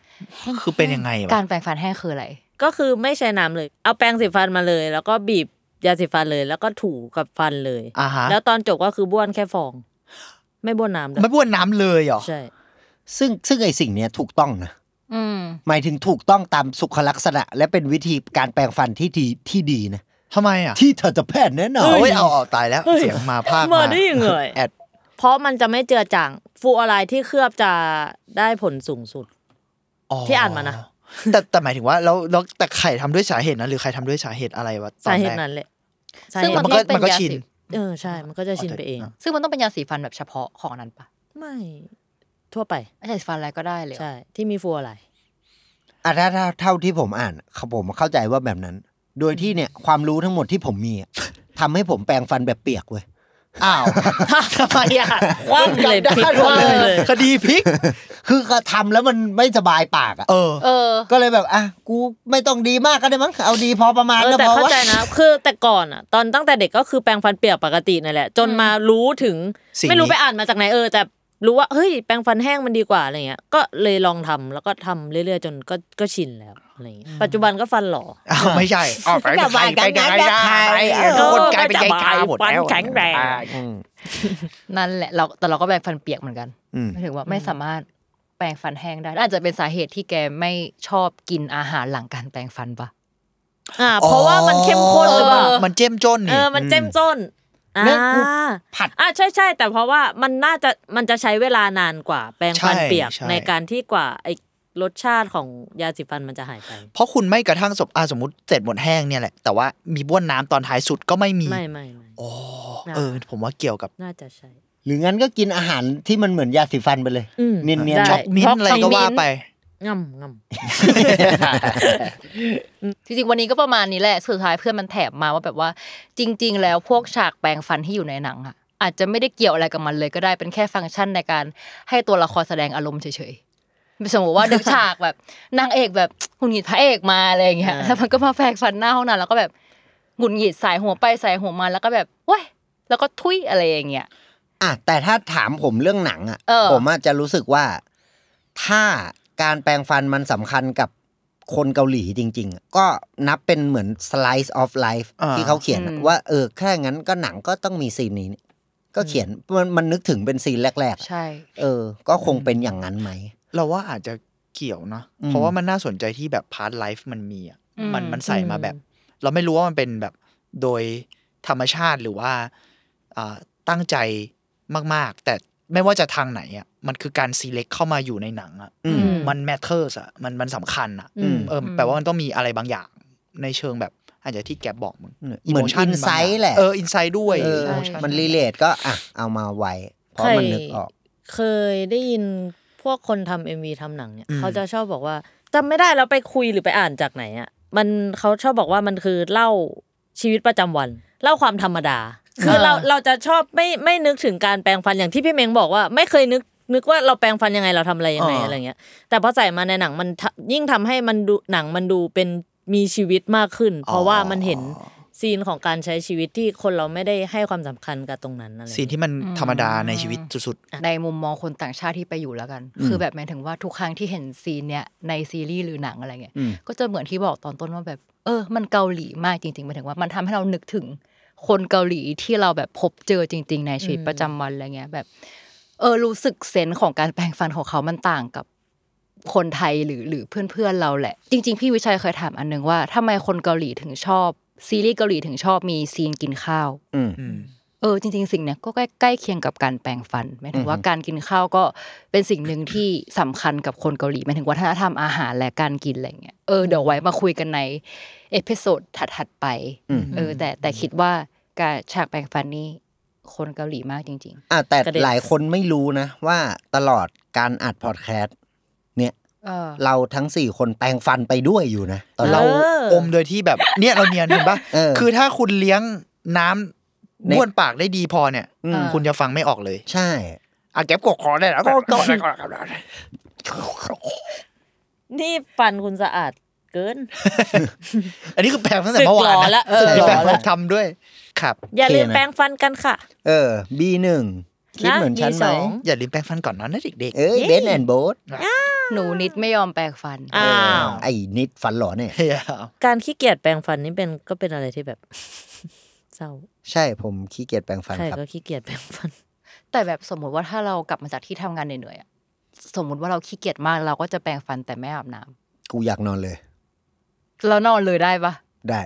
Speaker 5: คือเป็นยังไงวะ
Speaker 2: การแปรงฟันแห้งคืออะไร
Speaker 4: ก็คือไม่ใช้น้ำเลย เอาแปรงสีฟันมาเลย แล้วก็บีบยาสีฟันเลย แล้วก็ถูกับฟันเลย
Speaker 5: อ่าฮะ
Speaker 4: แล้วตอนจบก็คือบ้วนแค่ฟอง ไม่บ้วนน้ำด้วย
Speaker 5: ไม่บ้วนน้ำเลยเหรอ
Speaker 4: ใช่
Speaker 3: ซึ่งซึ่งไอสิ่งเนี้ยถูกต้องนะ
Speaker 2: อืม
Speaker 3: หมายถึงถูกต้องตามสุขลักษณะ และเป็นวิธีการแปลงฟันที่ดีที่ดีนะ
Speaker 5: ทำไมอ่ะ
Speaker 3: ที่เธอจะแพทย์แน่นอน
Speaker 5: โอ้ยเอาเอาตายแล้ว
Speaker 4: เฮ้ย
Speaker 5: เสียงมาภาค
Speaker 4: มาได้ยังไง
Speaker 5: แอด
Speaker 4: เพราะมันจะไม่เจือจางฟูออะไรที่เคลือบจะได้ผลสูงสุด ที่อ่านมานะ
Speaker 5: แต่แต่หมายถึงว่าแล้วแล้วแต่ไข่ทำด้วยสาเหตุนั้นหรือใครทำด้วยสาเหตุอะไรวะตอ
Speaker 4: สานเห
Speaker 5: แร
Speaker 4: ตุ
Speaker 5: ก
Speaker 4: นั้นแหละ
Speaker 2: ซึ่ง
Speaker 4: สาเหตุ
Speaker 2: มันก็เป็น
Speaker 5: มันก็
Speaker 2: ยา
Speaker 5: ชิน
Speaker 2: สี
Speaker 4: เออใช่ มันก็จะชินไปเอง
Speaker 2: ซึ่งมันต้องเป็นยาสีฟันแบบเฉพาะของอันนั้นปะ
Speaker 4: ไม่ทั่วไป
Speaker 2: ไม่ใช่สีฟันอะไรก็ได้เลยเหรอ
Speaker 4: ใช่ ที่มีฟูออะไร
Speaker 3: อ่ะถ้าถ้าเท่าที่ผมอ่านเขาผมเข้าใจว่าแบบนั้น โดยที่เนี่ยความรู้ทั้งหมดที่ผมมีอะทำให้ผมแปลงฟันแบบเปียกเว้ย
Speaker 5: อ้าวทำไมอ่ะ
Speaker 4: คว่ำเลยพลิกคว่ำเลย
Speaker 5: คดีพลิก
Speaker 3: คือก็ทำแล้วมันไม่สบายปากอ่ะ
Speaker 5: เออ
Speaker 2: เออ
Speaker 3: ก็เลยแบบอ่ะกูไม่ต้องดีมากก็ได้มั้งเอาดีพอประมาณ
Speaker 4: เออ
Speaker 3: ก็
Speaker 4: แต่
Speaker 3: พ
Speaker 4: เข้าว
Speaker 3: อะ
Speaker 4: ใจนะ คือแต่ก่อนอ่ะ ตอนตั้งแต่เด็กก็คือแปรงฟันเปียกปกตินั่นแหละ จนมารู้ถึง
Speaker 5: สิ่งนี้
Speaker 4: ไม่รู้ไปอ่านมาจากไหนเออแต่รู้ว่าเฮ้ยแปรงฟันแห้งมันดีกว่าอะไรเงี้ย ก็เลยลองทำแล้วก็ทำเรื่อยๆ จนก็ก็ชินแล้วอะไรเงี้ยปัจจุบันก็ฟันหล่อ
Speaker 5: อ้าวไม่ใช่อ้าวไปไปไปไปไปทุกคนกลายเป็นไก่ไก่หมดแล้วแข็งแรง
Speaker 3: อืม
Speaker 2: นั่นแหละเราแต่เราก็แปรงฟันเปียกเหมือนกัน
Speaker 1: อืม
Speaker 2: หมายถึงว่าไม่สามารถแปรงฟันแห้งได้อาจจะเป็นสาเหตุที่แกไม่ชอบกินอาหารหลังการแปรงฟันปะ
Speaker 4: อ่า เพราะว่ามันเข้มข้นหรือเปล่า
Speaker 5: มันเจ้มจ้น
Speaker 4: เอ
Speaker 5: นี่
Speaker 4: อ มันเจ้มจ้นอ่า
Speaker 3: ผัด
Speaker 4: อ่าใช่ใช่แต่เพราะว่ามันน่าจะมันจะใช้เวลานานกว่า แปรงฟันเปียก
Speaker 5: ช่ช่
Speaker 4: ในการที่กว่าไอรสชาติของยาสีฟันมันจะหายไป
Speaker 5: เพราะคุณไม่กระทั่งสมอ่าสมมติเสร็จหมดแห้งเนี่ยแหละ แต่ว่ามีบ้วนน้ำตอนท้ายสุดก็ไม่มี
Speaker 4: ไม่ไม่ไม่
Speaker 5: โอ้
Speaker 4: นะ
Speaker 5: เออ ผมว่าเกี่ยวกับ
Speaker 4: น่าจะใช่
Speaker 3: หรืองั้นก็กินอาหารที่มันเหมือนยาสีฟันไปเลย
Speaker 4: อืม
Speaker 3: เนียน
Speaker 4: ได้
Speaker 3: ๆช็
Speaker 5: ช็อ
Speaker 3: อก ก
Speaker 5: มิ้นท์อะไรก็ว่าไป
Speaker 4: ง่ำง่ำ
Speaker 2: จริงๆวันนี้ก็ประมาณนี้แหละสุดท้ายเพื่อนมันแถบมาว่าแบบว่า จริง ๆ แล้วพวกฉากแปลงฟันที่อยู่ในหนังอะอาจจะไม่ได้เกี่ยวอะไรกับมันเลยก็ได้เป็นแค่ฟังก์ชันในการให้ตัวละครแสดงอารมณ์เฉยๆสมมติว่าดึกฉากแบบนางเอกแบบ หงุดหงิดพระเอกมาอะไรอย่างเงี้ย
Speaker 4: อ่า
Speaker 2: แล้วมันก็มาแปลงฟันหน้าห้องน้ำแล้วก็แบบหงุดหงิดสายหัวไปสายหัวมาแล้วก็แบบเว้ยแล้วก็ทุยอะไรอย่างเงี้ย
Speaker 3: อ่ะแต่ถ้าถามผมเรื่องหนังอ่ะ
Speaker 2: เออ
Speaker 3: ผมอาจจะรู้สึกว่าถ้าการแปลงฟันมันสำคัญกับคนเกาหลีจริง ๆอะก็นับเป็นเหมือน slice of life
Speaker 5: อ่า
Speaker 3: ที่เขาเขียนอะว่า เออแค่งั้นก็หนังก็ต้องมีซีนนี้นี่ก็เขียนมันมันนึกถึงเป็นซีนแรกๆอะ
Speaker 2: ใช่
Speaker 3: เออ ก็คงเป็นอย่างนั้นไหม
Speaker 5: เราว่าอาจจะเกี่ยวเนอะ
Speaker 3: อืม
Speaker 5: เพราะว่ามันน่าสนใจที่แบบพาร์ทไลฟ์มันมีอ่ะ
Speaker 2: อื
Speaker 5: มันมันใส่มาแบบ เราไม่รู้ว่ามันเป็นแบบโดยธรรมชาติหรือว่าอ่าตั้งใจมากๆ แต่ไม่ว่าจะทางไหนอ่ะมันคือการ select เข้ามาอยู่ในหนังอ่ะ
Speaker 3: อืม
Speaker 5: มัน matters อ่ะมันมันสำคัญอ่ะ
Speaker 3: อืม
Speaker 5: เออแปลว่ามันต้องมีอะไรบางอย่างในเชิงแบบ อาจจะที่แกบอกมึง
Speaker 3: เหมือน
Speaker 5: emotion
Speaker 3: อินไซ
Speaker 5: บาง
Speaker 3: ต์
Speaker 5: ย่าง
Speaker 3: แหละ
Speaker 5: เอออินไซต์ด้วย
Speaker 3: เออ
Speaker 5: emotion
Speaker 3: มันรีเลทก็อ่ะเอามาไว้เพราะมันนึกออก
Speaker 4: เคยได้ยินพวกคนทำเอ็มวีทำหนังเนี่ย
Speaker 5: อืม
Speaker 4: เขาจะชอบบอกว่าจำไม่ได้แล้วไปคุยหรือไปอ่านจากไหนอ่ะมันเขาชอบบอกว่ามันคือเล่าชีวิตประจำวัน เล่าความธรรมดา คือเราเราจะชอบไม่ไม่นึกถึงการแปรงฟันอย่างที่พี่เมงบอกว่า ไม่เคยนึกนึกว่าเราแปรงฟันยังไงเราทำอะไรยังไง
Speaker 5: อ่า
Speaker 4: อะไรเงี้ย แต่พอใส่มาในหนังมันทะยิ่งทำให้มันดูหนังมันดูเป็นมีชีวิตมากขึ้น เพราะว่ามันเห็นซีนของการใช้ชีวิตที่คนเราไม่ได้ให้ความสำคัญกับตรงนั้นอะไรเงี้ย
Speaker 5: สิ่งที่มันธรรมดาในชีวิตสุด
Speaker 2: ในมุมมองคนต่างชาติที่ไปอยู่แล้วกัน คือแบบหมายถึงว่าทุกครั้งที่เห็นซีนเนี่ยในซีรีส์หรือหนังอะไรเงี้ย ก็จะเหมือนที่บอกตอนต้นว่าแบบ เออ มันเกาหลีมากจริงๆหมายถึงว่ามันทำให้เรานึกถึงคนเกาหลีที่เราแบบพบเจอจริง ๆ ในชีวิตประจำวันอะไรเงี้ยแบบ เออรู้สึกเซนส์ของการแปลงฟันของเขามันต่างกับคนไทยหรือหรือเพื่อนๆเราแหละ จริง ๆ พี่วิชัยเคยถามอันนึงว่าทำไมคนเกาหลีถึงชอบ ซีรีส์เกาหลีถึงชอบมีซีนกินข้าว
Speaker 5: ๆอืม
Speaker 2: เออจริง ๆ สิ่งเนี้ยก็ใกล้ใกล้เคียงกับการแปรงฟันหมายถึงว่าการกินข้าวก็เป็นสิ่งหนึ่งที่สำคัญกับคนเกาหลีหมายถึงวัฒนธรรมอาหารและการกินอะไรเงี้ยเออเดี๋ยวไว้มาคุยกันในเอพิโซดถัดๆไป
Speaker 3: อืม
Speaker 2: เออแต่แต่คิดว่าการฉากแปรงฟันนี่คนเกาหลีมากจริง
Speaker 3: อ่ะแต่
Speaker 4: กระเด็น
Speaker 3: หลายคนไม่รู้นะ ว่าตลอดการอัดพอดแคสต์เนี่ย
Speaker 2: ๆ เออ
Speaker 3: เราทั้งสี่คนแปลงฟันไปด้วยอยู่นะ ตอน
Speaker 5: เรา
Speaker 3: เรา
Speaker 5: อมโดยที่แบบ เนี่ยเราเนียนเห็นปะ
Speaker 3: เออ
Speaker 5: คือถ้าคุณเลี้ยงน้ำ
Speaker 3: ใน
Speaker 5: บ้วนปากได้ดีพอเนี่ย
Speaker 3: อืม
Speaker 5: คุณจะฟังไม่ออกเลย
Speaker 3: ใช่
Speaker 5: อ่ะแก็บกดคอได้แล้วก็ตอน
Speaker 4: นี่ฟันคุณสะอาดเกิน
Speaker 5: อันนี้คือแปลงตั้งแต่เมื่อวาน
Speaker 4: สึกหล่อละ
Speaker 5: นะ
Speaker 4: เออ
Speaker 5: มีแปลงทำด้วย ใค ครับ
Speaker 4: อย่าลืม
Speaker 3: โอเคนะ
Speaker 4: แปรงฟันกันค่ะ
Speaker 3: เออ บีหนึ่งคิดเหมือนฉันไหม
Speaker 4: B2
Speaker 5: อย่าลืมแปรงฟันก่อนนอนนะเด็ก
Speaker 3: เอ้ยเบนแอนโบส
Speaker 2: หนูนิดไม่ยอมแปลงฟัน
Speaker 4: อ้าว
Speaker 3: ไอ้นิดฝันหลอเนี่ย
Speaker 5: ๆเฮ้ย
Speaker 4: การขี้เกียจแปรงฟันนี่เป็นก็เป็นอะไรที่แบบ เศร้า
Speaker 3: ใช่ผมขี้เกียจแปรงฟัน
Speaker 4: ใคร
Speaker 3: ครับ
Speaker 4: ก็ขี้เกียจแปรงฟัน
Speaker 2: แต่แบบสมมุติว่าถ้าเรากลับมาจากที่ทำงานเหนื่อยๆอะสมมุติว่าเราขี้เกียจมากเราก็จะแปรงฟันแต่ไม่อาบน้ำ
Speaker 3: กูอยากนอนเลย
Speaker 2: แล้วนอนเลยได้ปะ
Speaker 3: ได้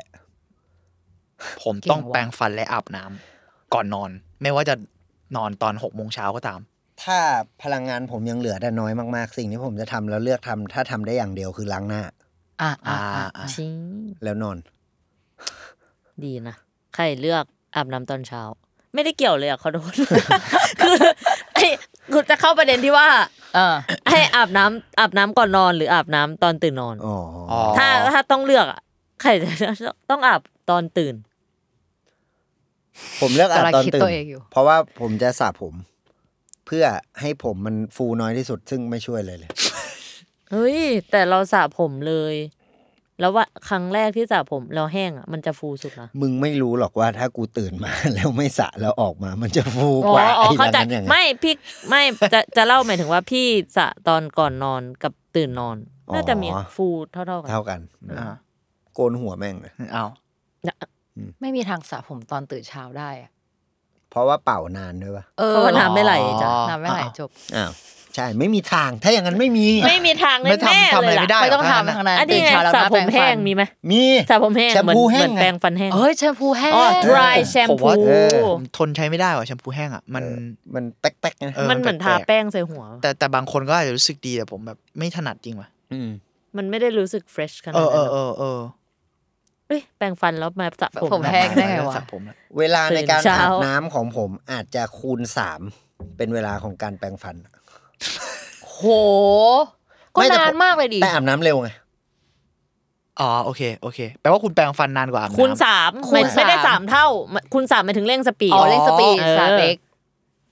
Speaker 5: ผม
Speaker 2: เก่งว่ะ
Speaker 5: ต้องแปรงฟันและอาบน้ำก่อนนอน ไม่ว่าจะนอนตอนหกโมงเช้าก็ตาม
Speaker 3: ถ้าพลังงานผมยังเหลือแต่น้อยมากๆ สิ่งที่ผมจะทำแล้วเลือกทำถ้าทำได้อย่างเดียวคือล้างหน้า
Speaker 2: อ่ะอ่ะอ่ะ
Speaker 5: อ่า
Speaker 4: ชิง
Speaker 3: แล้วนอน
Speaker 4: ดีนะ ใครเลือกอาบน้ำตอนเช้า ไม่ได้เกี่ยวเลยอ่ะขอโทษ คือไอ้กูจะเข้าประเด็นที่ว่า
Speaker 2: เออ
Speaker 4: ให้อาบน้ำอาบน้ำก่อนนอนหรืออาบน้ำตอนตื่นนอน
Speaker 3: อ๋ออ
Speaker 5: อ๋อ
Speaker 4: ถ้าถ้าต้องเลือกอ่ะ ใครจะต้องอาบตอนตื่น
Speaker 3: ผมเลือกอาบ
Speaker 2: กำลัง
Speaker 3: ตอน
Speaker 2: คิด
Speaker 3: ตื่
Speaker 2: ตั
Speaker 3: น
Speaker 2: วเองอยู่
Speaker 3: เพราะว่าผมจะสระผม เพื่อให้ผมมันฟูน้อยที่สุดซึ่งไม่ช่วยเลยเลย
Speaker 4: เฮ้ย แต่เราสระผมเลย แล้วว่าครั้งแรกที่สระผมเราแห้งอ่ะมันจะฟูสุดนะ
Speaker 3: มึงไม่รู้หรอกว่าถ้ากูตื่นมา แล้วไม่สระแล้วออกมา มันจะฟู
Speaker 4: อ๋อก
Speaker 3: ว่า
Speaker 4: อ๋อ
Speaker 3: ไอ้
Speaker 4: เข้าใจ
Speaker 3: แบบนั้นยังไง
Speaker 4: ไม่พี่ไม่จะจะเล่าหมายถึงว่าพี่สระตอนก่อนนอนกับตื่นนอน
Speaker 3: อ๋อ
Speaker 4: น่าจะมีฟูเท่าๆกัน
Speaker 3: เท่ากัน
Speaker 5: อ่า
Speaker 3: โกนหัวแม่งเลย
Speaker 5: เอา
Speaker 2: ไม่มีทางสระผมตอนตื่นเช้าได้อะ
Speaker 3: เพราะว่าเป่านานด้วยปะ
Speaker 2: เออ
Speaker 4: เพราะว่าน้ำไม่ไหลจ้ะ
Speaker 2: น้ำไม่ไหลจบ
Speaker 3: อ้าวใช่ไม่มีทางถ้าอย่างนั้นไม่มี
Speaker 4: ไม่มีทาง
Speaker 5: ไม่
Speaker 4: แน่ๆ
Speaker 5: ทำทำอะไร
Speaker 4: เลย
Speaker 5: ไม่
Speaker 4: ล่ะ
Speaker 5: ได้
Speaker 2: ไม่ต้อง
Speaker 5: หรก
Speaker 2: ทำ
Speaker 5: นะ
Speaker 2: ทางนั้น
Speaker 4: อัน
Speaker 2: ตื่
Speaker 4: นี้
Speaker 2: น
Speaker 4: ไง
Speaker 2: เช้าแล้ว
Speaker 4: สระ
Speaker 2: น้า
Speaker 4: ผ
Speaker 2: แปร
Speaker 4: ม
Speaker 2: ง
Speaker 4: แห้
Speaker 2: ฟั
Speaker 4: ง
Speaker 2: น
Speaker 4: มีไหม
Speaker 3: มี
Speaker 4: สระผมแห้งเหมือน
Speaker 3: แชมพูแห้ง
Speaker 4: เหมือน
Speaker 3: ไง
Speaker 4: แปรงฟันแห้ง
Speaker 2: เอ้ยแชมพูแห้ง
Speaker 4: อ๋อ dry shampoo
Speaker 5: ผมว่า
Speaker 3: เออ
Speaker 5: ผมทนใช้ไม่ได้ว่ะแชมพูแห้งอ่ะมัน
Speaker 3: มันแป๊กๆนะ
Speaker 5: เออ
Speaker 4: มันเหมือนทาแป้งใส่หัว
Speaker 5: แต่แต่บางคนก็อาจจะรู้สึกดีแต่ผมแบบไม่ถนัดจริงว่ะ
Speaker 3: ม
Speaker 4: มันไม่ได้รู้สึก fresh ขนา
Speaker 5: เอ
Speaker 4: ด
Speaker 5: อเอ
Speaker 4: นั้นหร
Speaker 5: อเอ
Speaker 4: อก
Speaker 5: อเออ
Speaker 4: เอ้ยแปรงฟันแล้วมาสระผม
Speaker 2: ผมแห้งได้ไงวะ
Speaker 5: สับผมแล้ว
Speaker 3: เวลาในการ
Speaker 4: ตื่นเช้า
Speaker 3: อาบน้ำของผมอาจจะคูณสามเป็นเวลาของการแปรงฟัน
Speaker 2: โห ก็
Speaker 3: ไม่แต่
Speaker 2: นา
Speaker 3: ผ
Speaker 2: น
Speaker 3: ม
Speaker 2: มากเลยดิ
Speaker 3: แต่อาบน้ำเร็วไง
Speaker 5: อ๋อโอเคโอเคแปลว่าคุณแปรงฟันนานกว่าอาบน้ำ
Speaker 4: คูณสาม
Speaker 2: คู
Speaker 4: ไม่
Speaker 2: ณ
Speaker 4: ไม่ได้
Speaker 2: สา
Speaker 4: สาม มเท่า คูณสามหมายถึงเร่งสปีด
Speaker 2: อ๋อเล่นสปีด
Speaker 4: เออ
Speaker 2: สระเล็ก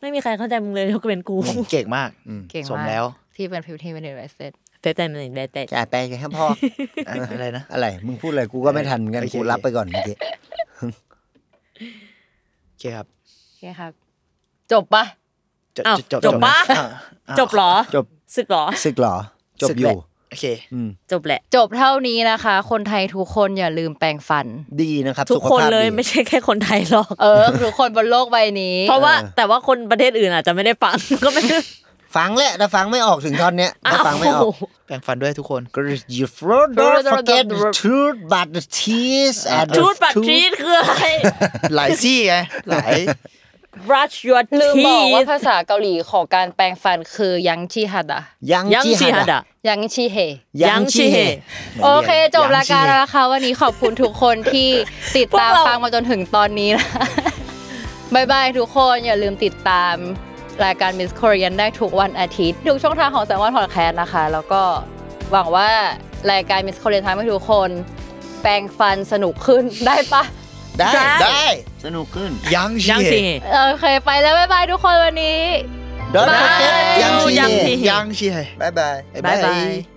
Speaker 4: ไม่มีใครเข้าใจมึงเลยยกเว้นกู
Speaker 5: เก่งมาก
Speaker 2: เก่ง
Speaker 5: สม
Speaker 2: มาก
Speaker 5: แล้ว
Speaker 2: ที่เป็นพิวที่เป็นเวสเซต
Speaker 4: แต่แต่มันแต่แต่
Speaker 3: จะแปรงแค่พ่อ
Speaker 5: อะไรนะ
Speaker 3: อะไร มึงพูดอะไรกูก็ไม่ทันกัน
Speaker 5: โอเค
Speaker 3: กูรับไปก่อนเมื่อกี้
Speaker 5: โอเคครับ
Speaker 2: โอเคครับ จบปะ
Speaker 5: จบ
Speaker 4: อ้าว
Speaker 5: จบ
Speaker 4: จบปะ
Speaker 5: นอ่ะ
Speaker 4: จบเหรอ
Speaker 3: จบ
Speaker 4: สึกเหรอ
Speaker 3: ศึกเหรอ จบอยู่
Speaker 5: โอเค
Speaker 3: อืม
Speaker 4: จบแหละ
Speaker 2: จบเท่านี้นะคะ คนไทยทุกคนอย่าลืมแปรงฟัน
Speaker 3: ดีนะครับ
Speaker 4: ทุก
Speaker 3: สุข
Speaker 4: คน
Speaker 3: ภาพ
Speaker 4: เลย
Speaker 3: ดี
Speaker 4: ไม่ใช่แค่คนไทยหรอก
Speaker 2: เออทุกคนบนโลกใบนี้
Speaker 4: เพราะว่า
Speaker 3: เออ
Speaker 4: แต่ว่าคนประเทศอื่นอาจจะไม่ได้ฟัง ก็ไม่ได้
Speaker 3: ฟังแหละถ้าฟังไม่ออกถึงท่อนเนี้ยถ้าฟังไม่ออก
Speaker 5: แปรงฟันด้วยทุกคน
Speaker 3: You float don't forget the truth but the teeth and the
Speaker 4: ชูดปัด
Speaker 3: tooth
Speaker 4: ชีดคืออะไร
Speaker 5: หลายซี่ไงหลาย
Speaker 4: brush your
Speaker 2: ลืมบอกว่า
Speaker 4: teeth
Speaker 2: ภาษาเกาหลีของการแปรงฟันคือยังชีฮัดะ
Speaker 3: ยัง
Speaker 4: ยังชี
Speaker 3: ชี
Speaker 4: ฮั
Speaker 3: ฮั
Speaker 4: ด
Speaker 3: ด
Speaker 4: อะ
Speaker 2: ยังชีเฮ
Speaker 3: ยังชีเฮ
Speaker 2: โอเค จบรายการแล้วนะคะ วันนี้ขอบคุณทุกคน ที่ติดตาม
Speaker 4: พวกเรา
Speaker 2: ฟังมาจนถึงตอนนี้นะ บายบายทุกคนอย่าลืมติดตามรายการ Miss Korean ได้ทุกวันอาทิตย์ทุกช่องทางของแซงวันพอดแคสต์นะคะ แล้วก็หวังว่ารายการ Miss Korean ทำให้ทุกคน แปลงฟันสนุกขึ้น ได้ปะ
Speaker 3: ได้
Speaker 4: ได้
Speaker 3: ได้สนุกขึ้น
Speaker 5: ยัง
Speaker 4: ยังชี
Speaker 2: โอเคไปแล้วบายบายทุกคนวันนี้
Speaker 3: Don't
Speaker 2: บาย
Speaker 3: forget ยังชี
Speaker 4: ยังชี
Speaker 3: เฮ
Speaker 5: ยังซี่
Speaker 3: บ๊ายบาย
Speaker 4: บ๊ายบาย